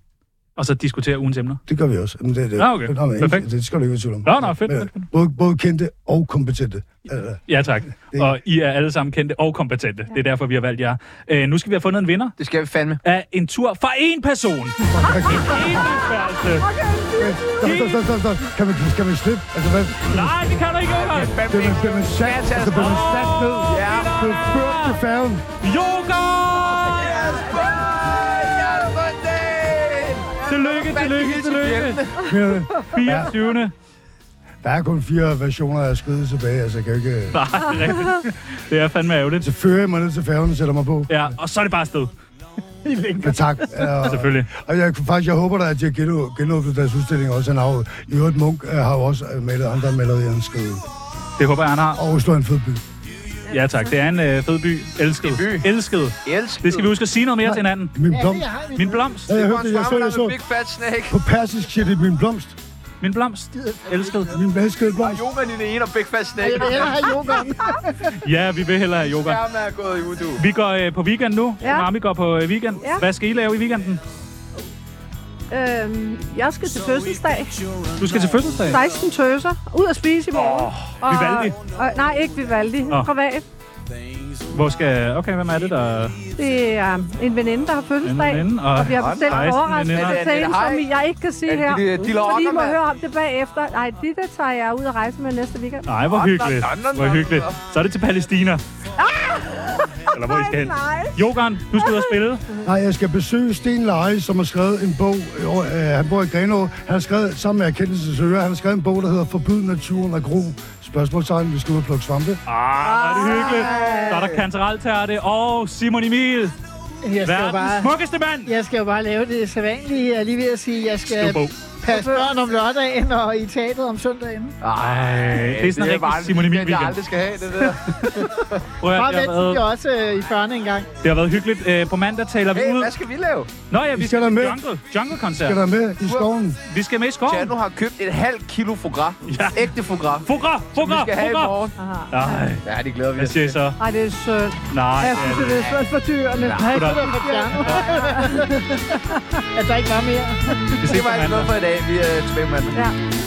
B: Og så diskutere ugens emner?
D: Det gør vi også. Men det, det,
B: Ah, okay.
D: det, nå, men ikke-
B: Perfekt.
D: det skal du ikke være i tvivl om.
B: Nå, nå, fedt,
D: Men,
B: fedt, fedt.
D: Både, både kendte og kompetente. Altså,
B: Ja, tak. Og I er alle sammen kendte og kompetente. Det er derfor, vi har valgt jer. Øh, nu skal vi have fundet en vinder
A: Det skal vi fandme.
B: af en tur for én person. En enkeltfærelse.
D: stop, stop, stop, stop, stop. Kan man, kan man slippe? Altså, hvad?
B: Nej, det kan du ikke, Johan.
D: Bliver man, bliver man sat, altså, bliver man sat ned?
A: Ja.
D: Bliver ført til færgen?
B: Johan!
A: Jasper! Jasper Dahl!
B: Tillykke, tillykke, tillykke.
D: Mener du det?
B: 24.
D: Der er kun fire versioner af skridet tilbage, altså jeg kan jo ikke...
B: Nej, det er rigtigt. Det er fandme ærgerligt.
D: Så fører jeg mig ned til færgen og sætter mig på.
B: Ja, og så er det bare afsted.
D: Men tak. Ja,
B: Selvfølgelig.
D: Og jeg, kunne faktisk, jeg håber da, at de har genå- genåbnet deres udstilling også af navnet. I øvrigt, Munk øh, har jo også øh, malet andre malerier end skridet.
B: Det håber jeg, han har.
D: Og Oslo er en fed by.
B: Ja, tak. Det er en øh, fed by. Elsket.
A: by.
B: Elsket.
A: Elsker.
B: Det skal vi huske at sige noget mere til hinanden.
D: Min blomst.
C: Jeg har min
B: Min blomst.
D: Ja, jeg
A: Det
D: hørte det, jeg så, jeg så.
A: Big Fat Snake.
D: På persisk siger det min blomst.
B: Min blomst. Elsket.
D: Min elskede blomst.
A: Jo, men i det ene og Big Fat Snake.
C: Jeg vil hellere have yoghurt.
B: Ja, vi vil hellere have yoga.
A: Skærmen er gået i udu.
B: Vi går øh, på weekend nu.
E: Ja.
B: Mami går på øh, weekend.
E: Ja.
B: Hvad skal I lave i weekenden?
E: Øhm, jeg skal til fødselsdag.
B: Du skal til fødselsdag.
E: 16 tøser. Ud at spise i morgen. Oh,
B: Vivaldi.
E: Og, og, nej, ikke Vivaldi.
B: Nå.
E: Oh. Privat.
B: Hvor skal... Okay, hvem er det, der...
E: Det er en veninde, der har fødselsdag.
B: En veninde, og-
E: og vi har bestilt
B: Rejsen
E: en
B: veninder.
E: overraskelse
A: Er det-
E: til
A: er det
E: hende, som
A: hej?
E: jeg ikke kan sige
A: Er det
E: her.
A: de der- de der
E: fordi I må
A: Ockermann?
E: høre om det bagefter. Nej, det der tager jeg ud og rejse med næste weekend.
B: Nej, hvor hyggeligt. Hvor hyggeligt. Så er det til Palæstina. Eller hvor I skal hen.
E: Nej.
B: Jogan, du skal ud og spille. Ah,
D: Nej, jeg skal besøge Sten Leje, som har skrevet en bog. Jo, øh, han bor i Grenå. Han har skrevet, sammen med Erkendelsens Øre, han har skrevet en bog, der hedder Forbyd naturen og gro. Spørgsmålstegn, vi skal ud og plukke svampe.
B: Ah, hvor er det hyggeligt. Så er der kantareltærte og Simon Emil.
C: Jeg skal jo
B: Verdens
C: bare...
B: smukkeste mand.
C: Jeg skal jo bare lave det sædvanlige. Jeg er lige ved at sige, at jeg skal
B: Skriv bog.
C: passe børn om lørdagen og i teatret om søndagen.
A: Ej,
B: det er sådan en
A: bare
B: rigtig Simon Emil
A: weekend, jeg
B: weekend.
A: aldrig skal have, det der.
B: Prøv at
C: Bare
B: høre, det,
C: vent
B: har
C: til de
B: været,
C: er også øh, i 40'erne engang.
B: det har været hyggeligt. Øh, På mandag taler vi
A: Hey,
B: ud.
A: hvad skal vi lave?
B: Nå ja, vi
D: skal
B: skal
D: der
B: til
D: med.
B: jungle.
D: Skal der
B: Jungle-koncert.
D: med i skoven?
B: Vi skal med i skoven.
A: Tjano har købt et halvt kilo foie gras.
B: Ja.
A: Ægte foie gras.
B: Fugra,
A: Vi
B: fugra,
A: skal have i
B: fugra.
A: morgen.
B: Nej,
A: Ja, det glæder vi
B: hvad
A: os
B: siger I så?
E: Ej, det er sødt.
B: Nej,
C: Jeg synes, det er svært for dyrene. Ja,
B: sgu da.
C: det er for fjernet. At der ikke var mere.
B: vi ses
A: Det
B: på
A: var ikke
B: mandag.
A: noget for i dag. Vi er tilbage på mandag.
E: Ja.